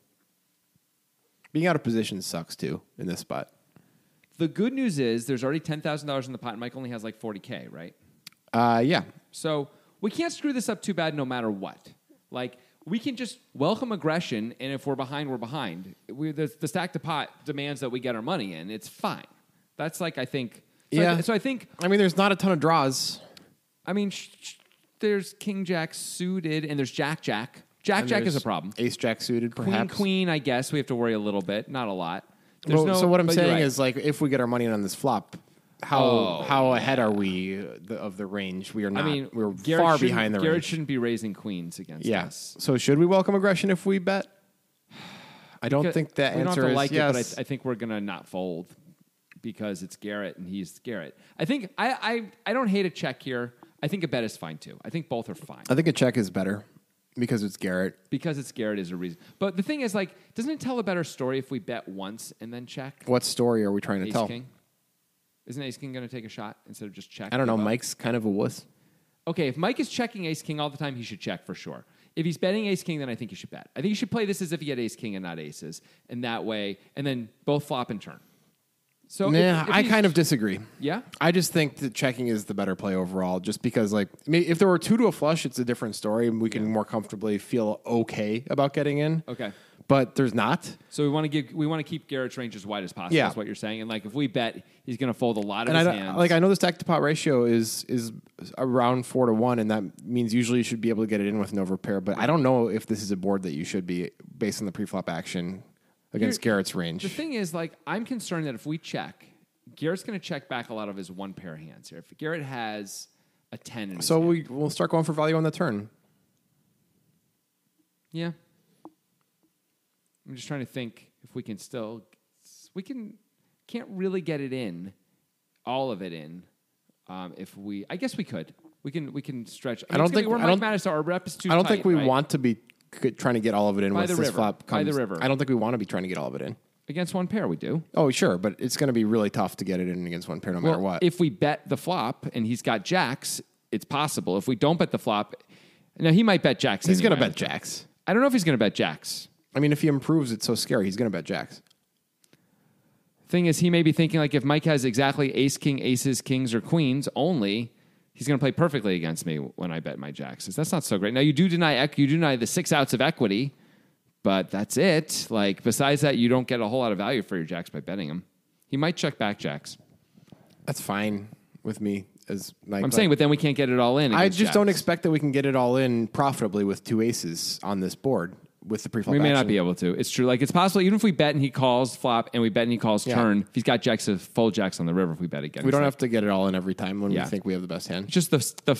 C: Being out of position sucks too in this spot.
A: The good news is there's already ten thousand dollars in the pot, and Mike only has like forty k, right?
C: Uh, yeah.
A: So we can't screw this up too bad, no matter what. Like we can just welcome aggression, and if we're behind, we're behind. We, the, the stack to pot demands that we get our money in. It's fine. That's like I think. So I,
C: Yeah.
A: th- so I think
C: I mean, there's not a ton of draws.
A: I mean, sh- sh- there's King Jack suited, and there's Jack Jack. Jack Jack is a
C: There's
A: problem.
C: Ace Jack suited,
A: Queen
C: perhaps.
A: Queen, I guess we have to worry a little bit, not a lot. There's
C: Well,
A: no-
C: so what I'm
A: but you're
C: saying
A: right.
C: is, like, if we get our money in on this flop, how
A: Oh,
C: how ahead are we uh, the, of the range? We are
A: I
C: not.
A: mean,
C: we're
A: Garrett
C: far
A: shouldn't-
C: behind the
A: Garrett
C: range.
A: shouldn't be raising queens against
C: Yeah.
A: us.
C: So should we welcome aggression if we bet? I don't think that
A: we don't
C: answer
A: have to
C: is
A: like
C: yes.
A: it, but I, I think we're gonna not fold because it's Garrett and he's Garrett. I think I, I I don't hate a check here. I think a bet is fine too. I think both are fine
C: I think a check is better because it's Garrett.
A: because it's Garrett is a reason. But the thing is, like, doesn't it tell a better story if we bet once and then check?
C: What story are we trying to
A: Ace
C: tell?
A: King? Isn't Ace King going to take a shot instead of just check?
C: I don't know.
A: give up?
C: Mike's kind of a wuss.
A: Okay, if Mike is checking Ace King all the time, he should check for sure. If he's betting Ace King, then I think you should bet. I think you should play this as if he had Ace King and not aces, and that way, and then both flop and turn. So if-
C: Yeah,
A: if
C: I
A: he's-
C: kind of disagree.
A: Yeah?
C: I just think that checking is the better play overall, just because like I mean, if there were two to a flush, it's a different story, and we can more comfortably feel okay about getting in.
A: Okay.
C: but there's not.
A: So we want to give we want to keep Garrett's range as wide as possible.
C: Yeah.
A: Is what you're saying, and like if we bet, he's going to fold a lot of
C: And I
A: his
C: don't-
A: hands.
C: like I know the stack to pot ratio is is around four to one, and that means usually you should be able to get it in with an overpair. But I don't know if this is a board that you should be based on the preflop action against
A: You're-
C: Garrett's range.
A: The thing is, like, I'm concerned that if we check, Garrett's going to check back a lot of his one pair hands here. If Garrett has a ten, in his
C: so
A: hand-
C: we we'll start going for value on the turn.
A: yeah, I'm just trying to think if we can still, we can, can't really get it in all of it in. Um, if we, I guess we could. We can we can stretch.
C: don't
A: it's gonna be-
C: think-
A: we're
C: I
A: Mike
C: don't-
A: Madison. Our rep is too.
C: I don't
A: tight,
C: think we
A: right?
C: want to be c- trying to get all of it in
A: By
C: once
A: the
C: this
A: river.
C: flop
A: By the
C: comes.
A: river.
C: I don't think we want to be trying to get all of it in.
A: against one pair. We do.
C: Oh, sure, but it's going to be really tough to get it in against one pair no matter
A: Well,
C: what.
A: If we bet the flop and he's got jacks, it's possible. If we don't bet the flop, now he might bet jacks.
C: he's going to
A: anyway.
C: bet jacks.
A: I don't know if he's going to bet jacks.
C: I mean, if he improves, it's so scary. He's going to bet jacks.
A: Thing is, he may be thinking like if Mike has exactly ace, king, aces, kings, or queens only, he's going to play perfectly against me when I bet my jacks. That's not so great. Now you do deny ec- you do deny the six outs of equity, but that's it. Like besides that, you don't get a whole lot of value for your jacks by betting him. He might check back jacks.
C: That's fine with me. As my,
A: I'm saying, but then we can't get it all in.
C: I
A: against
C: just don't
A: jacks.
C: expect that we can get it all in profitably with two aces on this board with the preflop.
A: We may
C: action.
A: not be able to. It's true. Like it's possible. Even if we bet and he calls flop, and we bet and he calls
C: Yeah.
A: turn, if he's got jacks of full jacks on the river, if we bet again,
C: We
A: It's
C: don't
A: like-
C: have to get it all in every time when
A: Yeah.
C: we think we have the best hand.
A: just the the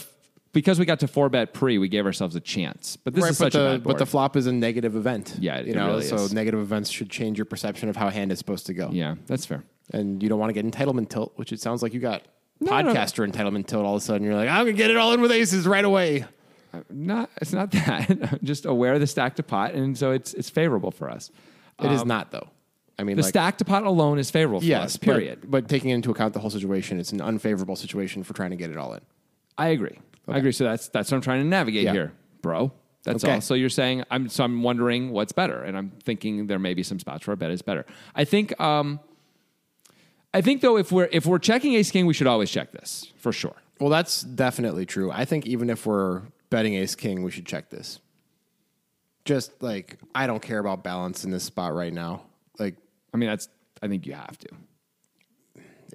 A: because we got to four bet pre, we gave ourselves a chance. But this
C: right,
A: is
C: but
A: such
C: the
A: a bad board.
C: but the flop is a negative event.
A: Yeah, it-
C: you
A: it
C: know,
A: really
C: so
A: is.
C: negative events should change your perception of how a hand is supposed to go.
A: yeah, that's fair.
C: and you don't want to get entitlement tilt, which it sounds like you got
A: No, no, no.
C: podcaster entitlement tilt. All of a sudden, you're like, I'm gonna get it all in with aces right away.
A: Not it's not that. I'm just aware of the stack to pot, and so it's it's favorable for us.
C: It is not though. I mean,
A: Um, The
C: like,
A: stack to pot alone is favorable for
C: yes,
A: us.
C: but-
A: Period.
C: But, taking into account the whole situation, it's an unfavorable situation for trying to get it all in.
A: I agree. I agree. So that's that's what I'm trying to navigate
C: Yeah.
A: here, bro. That's
C: Okay.
A: all. So you're saying I'm so I'm wondering what's better, and I'm thinking there may be some spots where a bet is better. I think um, I think though if we're if we're checking ace king, we should always check this for sure.
C: Well, that's definitely true. I think even if we're betting ace king, we should check this. Just like I don't care about balance in this spot right now. Like
A: I mean that's I think you have to.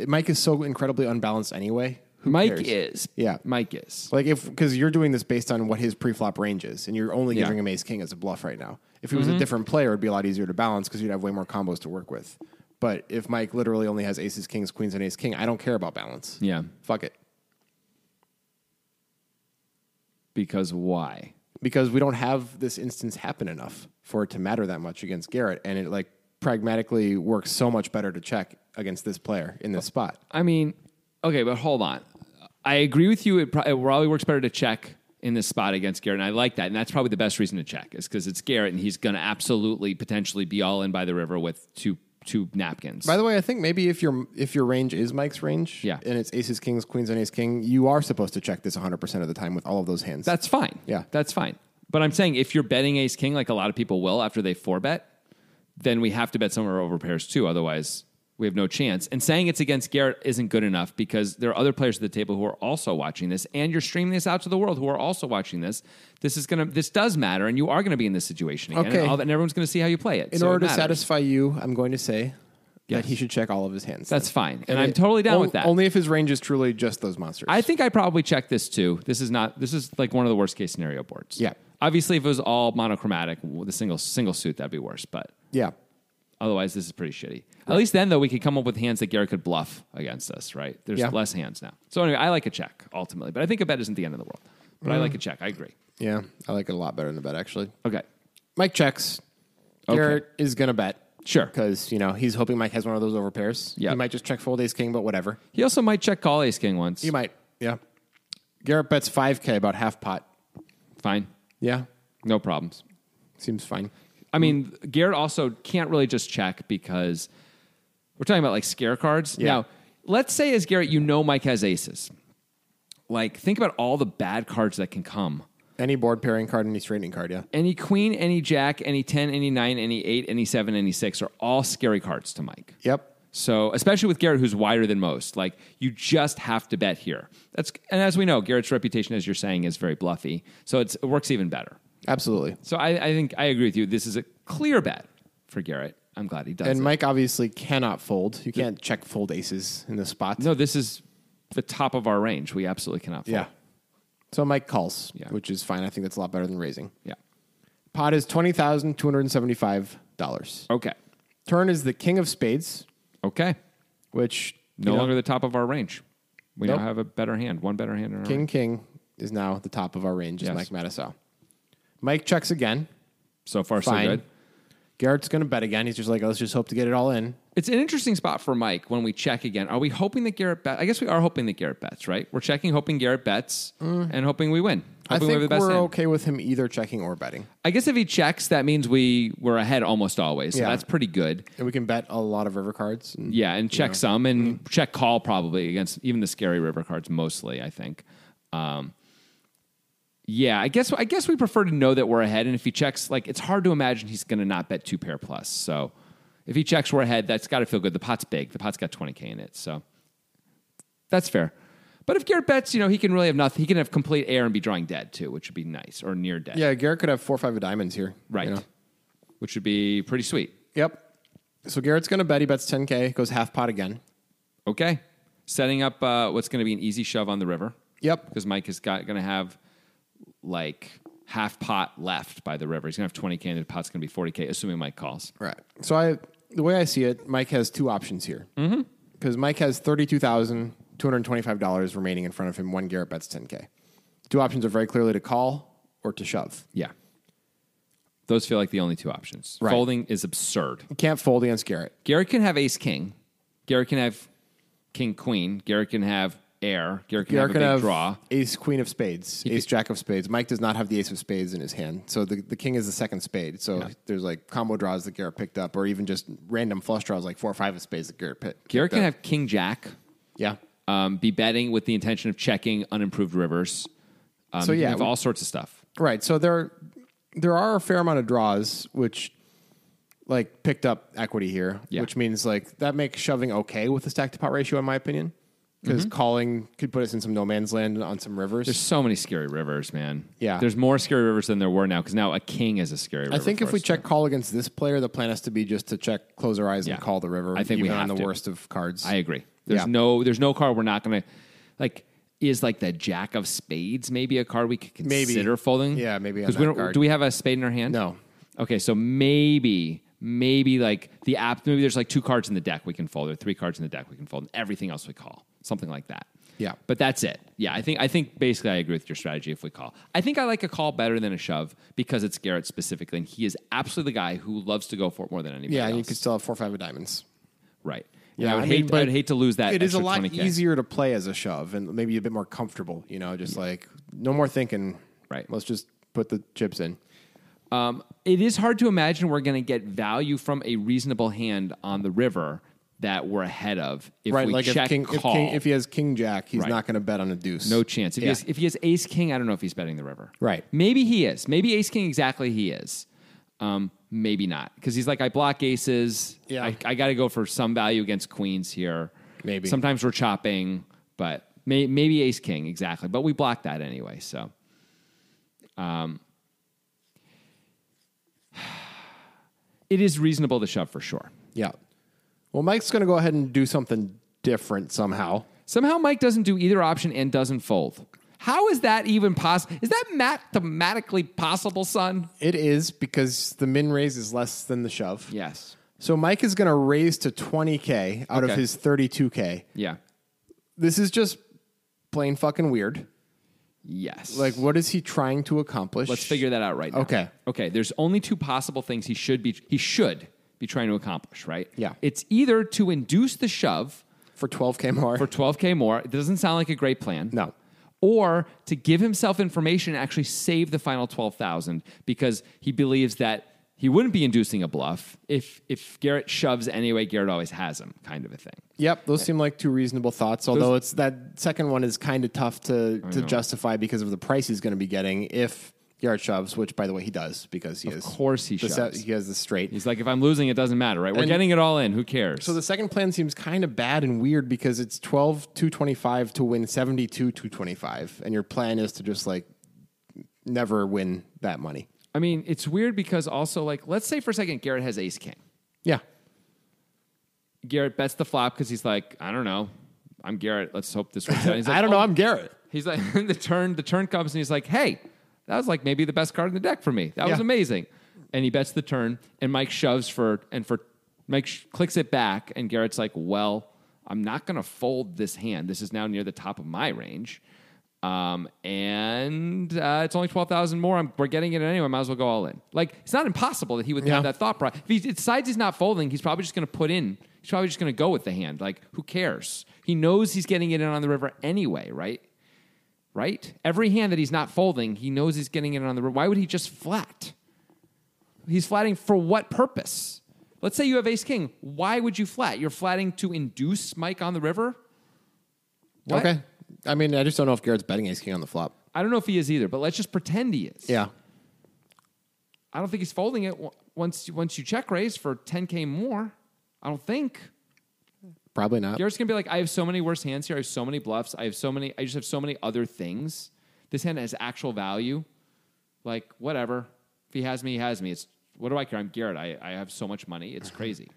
C: Mike is so incredibly unbalanced anyway. Who
A: Mike
C: cares?
A: is
C: Yeah.
A: Mike is
C: Like if because you're doing this based on what his preflop range is, and you're only
A: Yeah. Mm-hmm.
C: giving him ace king as a bluff right now. If he was a different player, it'd be a lot easier to balance because you'd have way more combos to work with. But if Mike literally only has aces, kings, queens, and ace king, I don't care about balance.
A: Yeah.
C: fuck it,
A: because why?
C: because we don't have this instance happen enough for it to matter that much against Garrett, and it like pragmatically works so much better to check against this player in this spot.
A: I mean, okay, but hold on. I agree with you. It, pro- it probably works better to check in this spot against Garrett, and I like that. And that's probably the best reason to check is because it's Garrett, and he's going to absolutely potentially be all in by the river with two two napkins.
C: By the way, I think maybe if your if your range is Mike's range,
A: Yeah.
C: and it's aces, kings, queens, and ace king, you are supposed to check this 100 percent of the time with all of those hands.
A: that's fine.
C: Yeah.
A: that's fine. But I'm saying if you're betting Ace King, like a lot of people will after they four bet, then we have to bet somewhere over pairs too. Otherwise, we have no chance. And saying it's against Garrett isn't good enough because there are other players at the table who are also watching this, and you're streaming this out to the world who are also watching this. This is gonna, this does matter, and you are gonna be in this situation again,
C: Okay.
A: and, all, and everyone's gonna see how you play it.
C: In
A: So it
C: order to
A: matters.
C: satisfy you, I'm going to say
A: Yes.
C: that he should check all of his hands.
A: That's
C: then.
A: fine. And I'm totally down
C: on-
A: with that.
C: Only if his range is truly just those monsters.
A: I think I probably checked this too. This is not. This is like one of the worst case scenario boards.
C: Yeah.
A: Obviously, if it was all monochromatic with a single single suit, that'd be worse. But
C: yeah.
A: Otherwise, this is pretty shitty. At least then, though, we could come up with hands that Garrett could bluff against us, right? There's
C: Yeah.
A: less hands now. So anyway, I like a check ultimately, but I think a bet isn't the end of the world. But
C: Mm.
A: I like a check. I agree.
C: Yeah. I like it a lot better than the bet, actually.
A: Okay.
C: Mike checks. Garrett is going to bet.
A: Sure.
C: Because, you know, he's hoping Mike has one of those overpairs.
A: Yeah.
C: He might just check fold ace king, but whatever.
A: He also might check call ace king once.
C: He might. Yeah. Garrett bets 5K, about half pot.
A: Fine.
C: Yeah.
A: No problems.
C: Seems fine.
A: I mean, Garrett also can't really just check because we're talking about like scare cards.
C: Yeah.
A: Now, let's say as Garrett, you know Mike has aces. Like, think about all the bad cards that can come.
C: Any board pairing card, any straightening card, yeah.
A: Any queen, any jack, any 10, any 9, any 8, any 7, any 6 are all scary cards to Mike.
C: Yep.
A: So, especially with Garrett, who's wider than most, like you just have to bet here. That's and as we know, Garrett's reputation, as you're saying, is very bluffy. So it's, it works even better.
C: Absolutely.
A: So I, I think I agree with you. This is a clear bet for Garrett. I'm glad he does.
C: And
A: it.
C: Mike obviously cannot fold. You can't check fold aces in this spot.
A: no, this is the top of our range. We absolutely cannot. Fold.
C: Yeah. So Mike calls,
A: Yeah.
C: which is fine. I think that's a lot better than raising.
A: yeah.
C: Pot is twenty thousand two hundred and seventy-five dollars.
A: Okay.
C: Turn is the king of spades,
A: Okay.
C: which you
A: No
C: know,
A: longer the top of our range. We
C: Nope.
A: now have a better hand, one better hand in our
C: king
A: range.
C: king is now at the top of our range. Is
A: Yes.
C: Mike Mattisau. Mike checks again.
A: So far, so
C: Fine.
A: good.
C: Garrett's going to bet again. He's just like, let's just hope to get it all in.
A: It's an interesting spot for Mike when we check again. Are we hoping that Garrett bet? I guess we are hoping that Garrett bets, right? We're checking, hoping Garrett bets, and hoping we win.
C: Mm. I
A: Hoping we have
C: think
A: the best
C: we're
A: hand.
C: okay with him either checking or betting.
A: I guess if he checks, that means we were ahead almost always. So
C: Yeah.
A: that's pretty good.
C: And we can bet a lot of river cards. And
A: Yeah, and check some and check call probably against even the scary river cards mostly. I think. Um, yeah, I guess I guess we prefer to know that we're ahead, and if he checks, like it's hard to imagine he's going to not bet two pair plus. So if he checks, we're ahead. That's got to feel good. The pot's big. The pot's got twenty k in it, so that's fair. But if Garrett bets, you know he can really have nothing. He can have complete air and be drawing dead too, which would be nice or near dead.
C: yeah, Garrett could have four or five of diamonds here. you
A: right,
C: know?
A: which would be pretty sweet.
C: Yep. So Garrett's going to bet. He bets 10K, goes half pot again.
A: Okay. Setting up uh, what's going to be an easy shove on the river.
C: Yep.
A: Because Mike is got going to have like half pot left by the river. He's going to have 20K and the pot's going to be 40K, assuming Mike calls.
C: Right. So I, the way I see it, Mike has two options here. Because mm-hmm. Mike has thirty-two thousand two hundred twenty-five dollars remaining in front of him when Garrett bets ten k. Two options are very clearly to call or to shove.
A: Yeah. Those feel like the only two options.
C: Right.
A: Folding is absurd.
C: You can't fold against Garrett.
A: Garrett can have ace king. Garrett can have king queen. Garrett can have air. Garrett can have
C: Garrett
A: a
C: could
A: big
C: have
A: draw.
C: ace queen of spades, ace jack of spades. Mike does not have the ace of spades in his hand, so the, the king is the second spade. So there's like combo draws that Garrett picked up, or even just random flush draws like four or five of spades that Garrett picked.
A: Garrett
C: picked
A: can
C: up.
A: have king jack.
C: yeah.
A: Um, be betting with the intention of checking unimproved rivers. Um,
C: So,
A: you can
C: yeah,
A: have
C: we-
A: all sorts of stuff.
C: Right. So there, there are a fair amount of draws which, like, picked up equity here,
A: Yeah.
C: which means like that makes shoving okay with the stack to pot ratio, in my opinion, because calling could put us in some no man's land on some rivers.
A: Mm-hmm. There's so many scary rivers, man.
C: Yeah.
A: There's more scary rivers than there were now because now a king is a scary river.
C: I think
A: for
C: if we
A: us.
C: check call against this player, the plan has to be just to check, close our eyes,
A: Yeah.
C: and call the river.
A: I think we
C: even on
A: have
C: the
A: to.
C: worst of cards.
A: I agree. There's
C: Yeah.
A: no there's no card we're not gonna like is like the jack of spades maybe a card we could
C: Maybe.
A: consider folding?
C: Yeah, maybe on
A: Because we
C: that
A: don't
C: card.
A: do we have a spade in our hand?
C: No.
A: Okay, so maybe maybe like the app maybe there's like two cards in the deck we can fold or three cards in the deck we can fold and everything else we call. Something like that.
C: Yeah.
A: But that's it. Yeah, I think I think basically I agree with your strategy if we call. I think I like a call better than a shove because it's Garrett specifically, and he is absolutely the guy who loves to go for it more than anybody
C: yeah, and you
A: else.
C: could still have four or five of diamonds.
A: right. Yeah, I would
C: mean,
A: hate
C: but
A: I'd hate to lose that.
C: It is a
A: extra
C: lot
A: 20K.
C: easier to play as a shove and maybe a bit more comfortable. You know, just like no more thinking.
A: Right.
C: Let's just put the chips in.
A: Um, it is hard to imagine we're going to get value from a reasonable hand on the river that we're ahead of if
C: right,
A: we
C: like
A: check
C: if king,
A: call.
C: If, king, if he has king jack, he's
A: Right.
C: not going to bet on a deuce.
A: no chance. If, he
C: Yeah.
A: has, if he has ace king, I don't know if he's betting the river.
C: Right.
A: Maybe he is. Maybe ace king exactly he is. Um, maybe not because he's like I block aces.
C: Yeah.
A: I, I got to go for some value against queens here.
C: Maybe.
A: sometimes we're chopping, but may, maybe ace king exactly. But we block that anyway. So. Um, It is reasonable to shove for sure.
C: Yeah. Well, Mike's going to go ahead and do something different somehow.
A: Somehow Mike doesn't do either option and doesn't fold. How is that even possible? Is that mathematically possible, son?
C: It is because the min raise is less than the shove.
A: Yes.
C: So Mike is going to raise to 20K out of
A: Okay.
C: his 32K.
A: Yeah.
C: This is just plain fucking weird.
A: Yes.
C: Like, what is he trying to accomplish?
A: let's figure that out right now.
C: Okay.
A: Okay. There's only two possible things he should be he should be trying to accomplish, right?
C: Yeah.
A: It's either to induce the shove
C: For 12K more.
A: for 12k more. It doesn't sound like a great plan.
C: No.
A: Or to give himself information and actually save the final 12,000 because he believes that he wouldn't be inducing a bluff if if Garrett shoves anyway, Garrett always has him, kind of a thing.
C: Yep, those seem like two reasonable thoughts. Although it's that second one is kind of tough to, to justify because of the price he's going to be getting if Yard shoves, which by the way he does because he is
A: course he
C: the se-
A: shoves.
C: he has the straight.
A: He's like, if I'm losing, it doesn't matter, right? We're
C: And-
A: getting it all in. Who cares?
C: so the second plan seems kind of bad and weird because it's 12 225 to win 72 225 and your plan is to just like never win that money.
A: I mean, it's weird because also, like, let's say for a second, Garrett has ace king.
C: Yeah.
A: Garrett bets the flop because he's like, I don't know. I'm Garrett. Let's hope this works out. He's like,
C: I don't know,
A: "Oh."
C: I'm Garrett.
A: He's like, the turn, the turn comes and he's like, hey, that was like maybe the best card in the deck for me. That was
C: Yeah.
A: amazing. And he bets the turn and Mike shoves for, and for, Mike sh- clicks it back and Garrett's like, well, I'm not going to fold this hand. This is now near the top of my range. Um, and uh, it's only 12,000 more. I'm, we're getting it anyway. Might as well go all in. Like, it's not impossible that he would
C: Yeah.
A: have that thought process. If he decides he's not folding, he's probably just going to put in, he's probably just going to go with the hand. Like, who cares? He knows he's getting it in on the river anyway, right? Right? Every hand that he's not folding, he knows he's getting it on the river. Why would he just flat? He's flatting for what purpose? Let's say you have ace king. Why would you flat? You're flatting to induce Mike on the river? What?
C: Okay. I mean, I just don't know if Garrett's betting ace king on the flop.
A: I don't know if he is either, but let's just pretend he is.
C: Yeah.
A: I don't think he's folding it w- once you- once you check raise for 10k more. I don't think.
C: Probably not.
A: Garrett's gonna be like, I have so many worse hands here. I have so many bluffs. I have so many. I just have so many other things. This hand has actual value. Like whatever. If he has me, he has me. It's what do I care? I'm Garrett. I, I have so much money. It's crazy.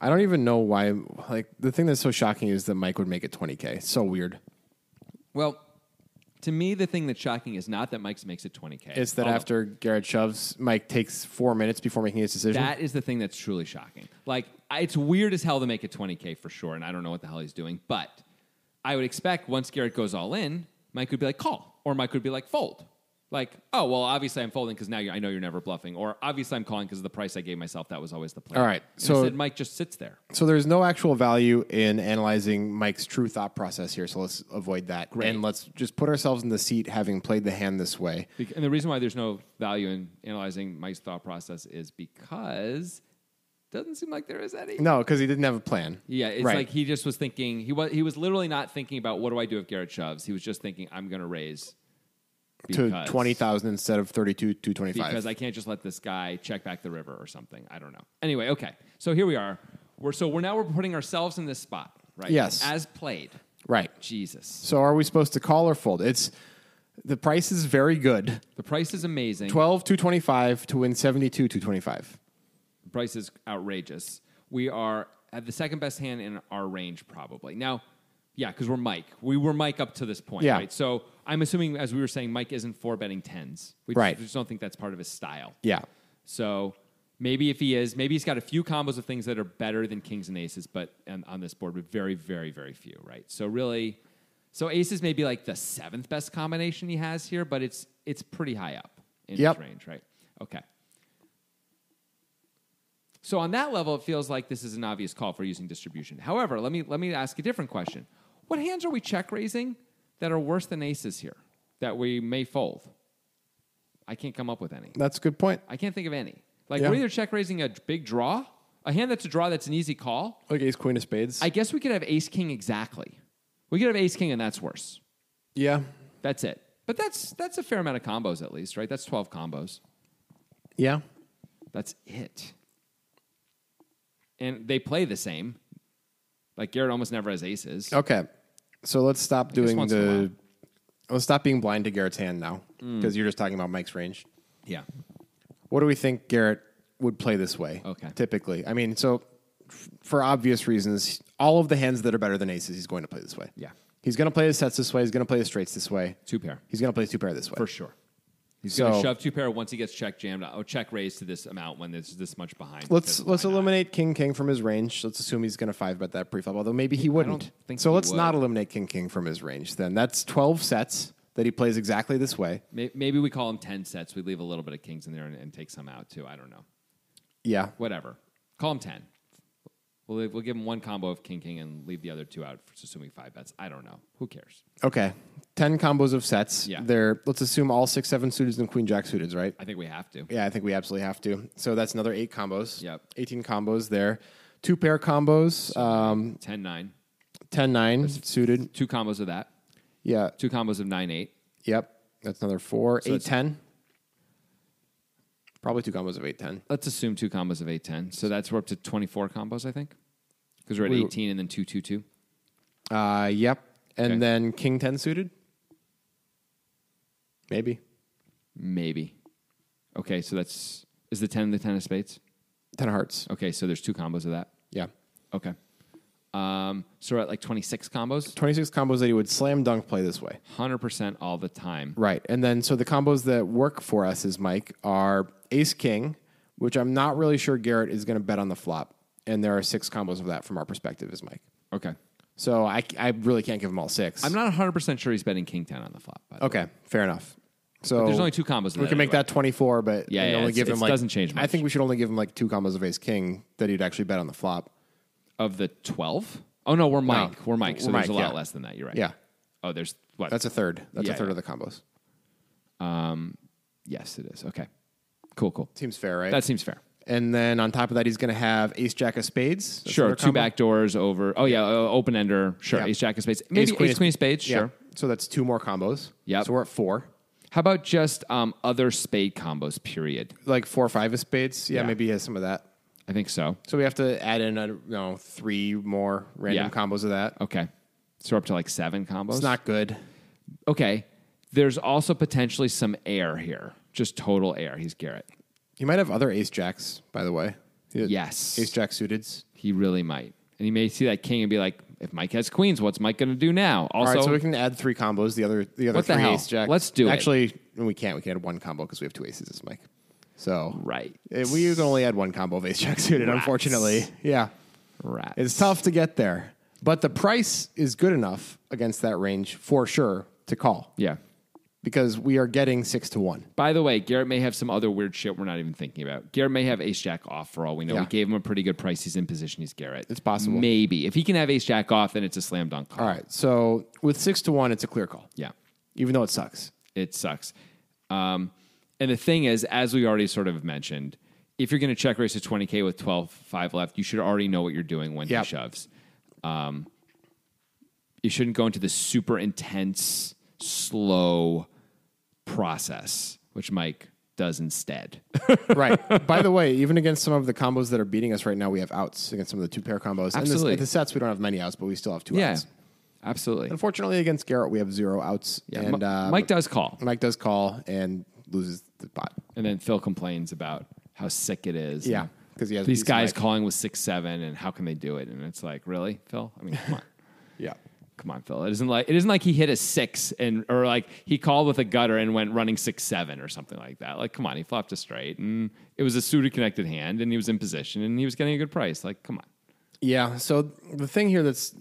C: I don't even know why. Like, the thing that's so shocking is that Mike would make it 20K. So weird.
A: Well, to me, the thing that's shocking is not that Mike's makes it Oh. 20K.
C: It's that
A: Although
C: after Garrett shoves, Mike takes four minutes before making his decision.
A: That is the thing that's truly shocking. Like, I- it's weird as hell to make it 20K for sure, and I don't know what the hell he's doing, but I would expect once Garrett goes all in, Mike would be like, call, or Mike would be like, fold. Like, oh, well, obviously I'm folding because now you're, I know you're never bluffing, or obviously I'm calling because of the price I gave myself. That was always the plan.
C: All right,
A: And
C: so-
A: instead, Mike just sits there.
C: so there's no actual value in analyzing Mike's true thought process here. So let's avoid that.
A: Great.
C: And let's just put ourselves in the seat having played the hand this way.
A: Bec- And the reason why there's no value in analyzing Mike's thought process is because doesn't seem like there is any.
C: No, because he didn't have a plan.
A: Yeah, it's
C: Right.
A: like he just was thinking he was he was literally not thinking about what do I do if Garrett shoves. He was just thinking I'm going to raise
C: to 20,000 instead of 32 to 25.
A: because I can't just let this guy check back the river or something. I don't know. Anyway, okay. So here we are. We're so we're now we're putting ourselves in this spot, right?
C: Yes.
A: As played.
C: right.
A: Jesus.
C: So are we supposed to call or fold? It's the price is very good.
A: The price is amazing.
C: 12 to 25 to win 72 to 25.
A: The price is outrageous. We are at the second best hand in our range, probably. Now, yeah, because we're Mike. We were Mike up to this point,
C: Yeah.
A: right? So I'm assuming, as we were saying, Mike isn't for betting tens. We just,
C: Right.
A: we just don't think that's part of his style.
C: Yeah.
A: So maybe if he is, maybe he's got a few combos of things that are better than kings and aces, but on, on this board, but very, very, very few, right? So really, so aces may be like the seventh best combination he has here, but it's it's pretty high up in
C: Yep.
A: his range, right? Okay. So on that level, it feels like this is an obvious call for using distribution. However, let me let me ask a different question. What hands are we check raising that are worse than aces here that we may fold? I can't come up with any.
C: That's a good point.
A: I can't think of any. Like
C: Yeah.
A: we're either check raising a big draw, a hand that's a draw that's an easy call.
C: Like ace queen of spades.
A: I guess we could have ace king exactly. We could have ace king and that's worse.
C: yeah.
A: That's it. But that's that's a fair amount of combos at least, right? That's 12 combos.
C: Yeah.
A: That's it. And they play the same. Like Garrett almost never has aces.
C: Okay. So let's stop
A: guess
C: doing
A: once in a Hmm.
C: the let's stop being blind to Garrett's hand now because you're just talking about Mike's range.
A: Yeah.
C: What do we think Garrett would play this way?
A: Okay.
C: Typically. I mean, so f- for obvious reasons, all of the hands that are better than aces, he's going to play this way.
A: Yeah.
C: He's going to play his sets this way. He's going to play his straights this way.
A: Two pair.
C: He's going to play his two pair this way.
A: For sure. He's
C: So-
A: gonna shove two pair once he gets check jammed or check raised to this amount when there's this much behind.
C: Let's
A: because
C: let's
A: why not?
C: eliminate King King from his range. Let's assume he's going to five bet that preflop, although maybe he wouldn't.
A: don't think
C: so
A: he
C: let's
A: would.
C: not eliminate King King from his range. Then that's twelve sets that he plays exactly this way.
A: May- Maybe we call them 10 sets. We leave a little bit of kings in there and, and take some out too. I don't know.
C: Yeah,
A: Whatever. Call them 10. We'll, leave- we'll give them one combo of king king and leave the other two out, for assuming five bets. I don't know. Who cares?
C: Okay. 10 combos of sets.
A: Yeah.
C: They're, let's assume all six, seven suited and queen jack suited, right?
A: I think we have to.
C: Yeah, I think we absolutely have to. So that's another eight combos.
A: Yep.
C: 18 combos there. Two pair combos, um,
A: 10 9.
C: 10 9 suited.
A: Two combos of that.
C: Yeah.
A: Two combos of 9 8.
C: Yep. That's another four. eight
A: it's-
C: 10. Probably two combos of eight 10.
A: Let's assume two combos of 8 10. So that's we're up to 24 combos, I think. Because we're at
C: We-
A: 18 and then 2 2 2.
C: Uh, yep. And
A: Okay.
C: then king 10 suited. Maybe.
A: Maybe. Okay, so that's. Is the 10 the 10 of spades?
C: 10 of hearts.
A: Okay, so there's two combos of that.
C: Yeah.
A: Okay. Um, so we're at like 26 combos.
C: 26 combos that he would slam dunk play this way.
A: hundred percent all the time.
C: Right. And then so the combos that work for us is Mike are ace king, which I'm not really sure Garrett is going to bet on the flop. And there are six combos of that from our perspective is Mike.
A: Okay,
C: So I, I really can't give him all six.
A: I'm not 100% sure he's betting King 10 on the flop. By the way.
C: Okay, fair enough. So
A: there's only two combos in
C: We
A: that
C: can make
A: anyway.
C: that 24, but
A: Yeah,
C: and
A: yeah,
C: only
A: it's-
C: give him
A: it
C: like
A: doesn't change
C: I
A: much.
C: think we should only give him like two combos of ace king that he'd actually bet on the flop.
A: Of the 12? Oh, no, we're Mike. We're Mike. So
C: We're
A: there's
C: Mike,
A: a lot
C: yeah.
A: less than that. You're right.
C: Yeah.
A: Oh, there's what?
C: That's a third. That's
A: Yeah,
C: a third
A: yeah.
C: of the combos.
A: yes, it is. Okay. Cool, cool.
C: Seems fair, right?
A: That seems fair.
C: and then on top of that, he's going to have ace jack of spades. That's
A: sure.
C: another
A: Two
C: combo.
A: back doors over. Oh, yeah. Uh, open ender. Sure.
C: Yeah.
A: Ace, jack of spades. Maybe ace, queen, of spades.
C: Yeah.
A: Sure.
C: So that's two more combos.
A: Yep.
C: So we're at four.
A: How about just um, other spade combos, period?
C: Like four or five of spades. Yeah,
A: Yeah.
C: maybe he has some of that.
A: I think so.
C: So we have to add in, I don't know, three more random
A: Yeah.
C: combos of that.
A: Okay. So we're up to like seven combos.
C: It's not good.
A: okay. There's also potentially some air here, just total air. He's Garrett.
C: He might have other ace jacks, by the way. He-
A: Yes.
C: Ace jack suiteds.
A: He really might. And he may see that king and be like, if Mike has queens, what's Mike going to do now?
C: All
A: Also,
C: right, so we can add three combos. The other, the other
A: What the
C: three
A: hell?
C: ace jacks.
A: Let's do it.
C: Actually, no, we can't. We can add one combo because we have two aces, as Mike. So
A: Right.
C: Eh, we can only add one combo of ace jack suited.
A: Rats.
C: Unfortunately, yeah,
A: rats.
C: it's tough to get there, but the price is good enough against that range for sure to call
A: Yeah.
C: because we are getting six to one.
A: By the way, Garrett may have some other weird shit we're not even thinking about. Garrett may have ace jack off for all we know.
C: Yeah.
A: We gave him a pretty good price. He's in position. He's Garrett.
C: It's possible.
A: Maybe. If he can have ace jack off, then it's a slam dunk call.
C: All right, so with six to one, it's a clear call.
A: Yeah.
C: even though it sucks.
A: It sucks. Um, and the thing is, as we already sort of mentioned, if you're going to check race to 20K with 12, 5 left, you should already know what you're doing when
C: Yep.
A: he shoves. Um, you shouldn't go into the super intense, slow process, which Mike does instead.
C: right. By the way, even against some of the combos that are beating us right now, we have outs against some of the two pair combos. And this,
A: Absolutely.
C: the sets, we don't have many outs, but we still have two outs.
A: absolutely.
C: Unfortunately, against Garrett, we have zero outs.
A: Yeah,
C: and
A: Mi-
C: uh,
A: Mike does call.
C: Mike does call and loses the pot.
A: And then Phil complains about how sick it is.
C: Yeah,
A: And
C: 'cause he has a
A: these
C: piece of
A: guys
C: Mike.
A: calling with six seven, and how can they do it? And it's like, really, Phil? I mean, come on.
C: Yeah.
A: Come on, Phil. It isn't like it isn't like he hit a six and or like he called with a gutter and went running six seven or something like that. Like, come on, he flopped a straight and it was a suited connected hand and he was in position and he was getting a good price. Like, come on.
C: Yeah. So the thing here that's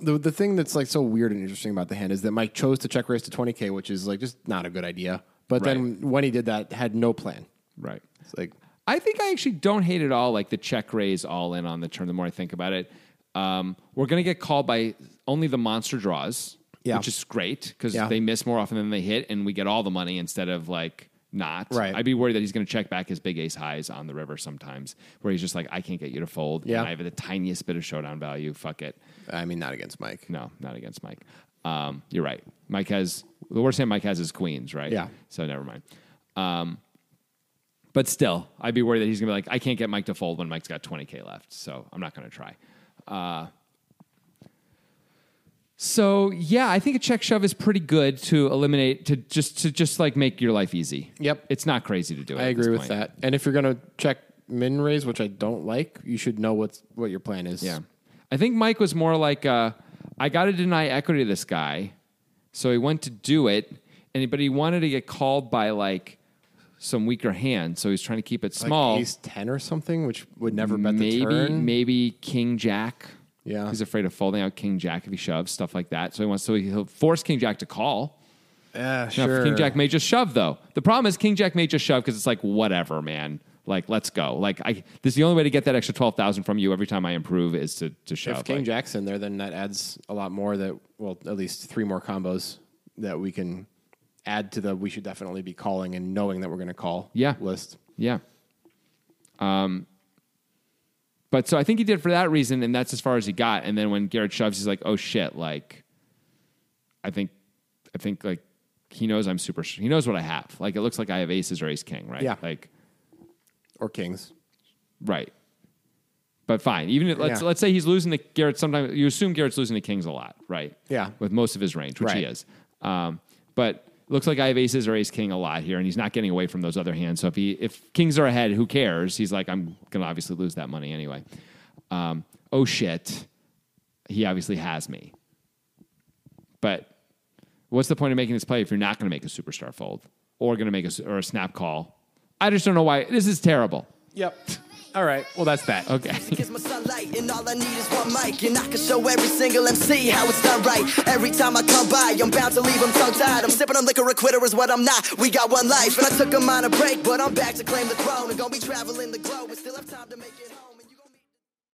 C: the the thing that's like so weird and interesting about the hand is that Mike chose to check raise to 20k, which is like just not a good idea. But then when he did that, had no plan.
A: Right.
C: It's like
A: I think I actually don't hate it all. Like the check raise all in on the turn. The more I think about it, um, we're gonna get called by only the monster draws,
C: Yeah.
A: which is great because
C: Yeah.
A: they miss more often than they hit, and we get all the money instead of like not.
C: Right.
A: I'd be worried that he's gonna check back his big ace highs on the river sometimes, where he's just like, I can't get you to fold.
C: Yeah.
A: and I have the tiniest bit of showdown value. Fuck it.
C: I mean, not against Mike.
A: No, not against Mike. Um, you're right. Mike has the worst hand Mike has is Queens, right?
C: Yeah.
A: So never mind. Um, but still, I'd be worried that he's gonna be like, I can't get Mike to fold when Mike's got 20k left, so I'm not gonna try. Uh, so yeah, I think a check shove is pretty good to eliminate to just to just like make your life easy.
C: Yep.
A: it's not crazy to do it.
C: I
A: at this
C: agree with
A: point.
C: that. And if you're going to check min raise, which I don't like, you should know what's what your plan is.
A: Yeah. I think Mike was more like, uh, I got to deny equity to this guy. So he went to do it, and but he wanted to get called by like some weaker hand. So he's trying to keep it
C: Like
A: small.
C: ace ten or something, which would never bet
A: maybe,
C: the turn.
A: maybe King Jack.
C: Yeah.
A: He's afraid of folding out King Jack if he shoves, stuff like that. So he wants, so he'll force King Jack to call.
C: Yeah,
A: Now, King Jack may just shove though. The problem is King Jack may just shove because it's like whatever, man. Like let's go. Like I, this is the only way to get that extra twelve thousand from you every time I improve is to to shove.
C: If King
A: Like,
C: Jack's in there, then that adds a lot more. That well, at least three more combos that we can add to the we should definitely be calling and knowing that we're going to call.
A: Yeah.
C: list.
A: Yeah. Um, but so I think he did for that reason, and that's as far as he got. And then when Garrett shoves, he's like, "Oh shit!" Like, I think, I think like he knows I'm super. He knows what I have. Like it looks like I have aces or ace king, right?
C: Yeah.
A: Like
C: or kings.
A: right. But fine. Even if, let's
C: Yeah.
A: let's say he's losing to Garrett. Sometimes you assume Garrett's losing to kings a lot, right?
C: Yeah.
A: With most of his range, which he
C: Right.
A: is. Um, but looks like I have aces or ace king a lot here, and he's not getting away from those other hands. So if he if kings are ahead, who cares? He's like, I'm gonna obviously lose that money anyway. Um, oh shit, he obviously has me. But what's the point of making this play if you're not gonna make a superstar fold or gonna make a s- or a snap call? I just don't know why this is terrible.
C: Yep. All right. Well, that's that.
A: Okay.
B: Is my sunlight, and all I need is one mic, and I can show every single MC how it's done right. Every time I come by, I'm bound to leave them tongue tied. I'm sipping on liquor, a quitter is what I'm not. We got one life, and I took a minor break, but I'm back to claim the throne. And gonna be traveling the globe, and still have time to make it home.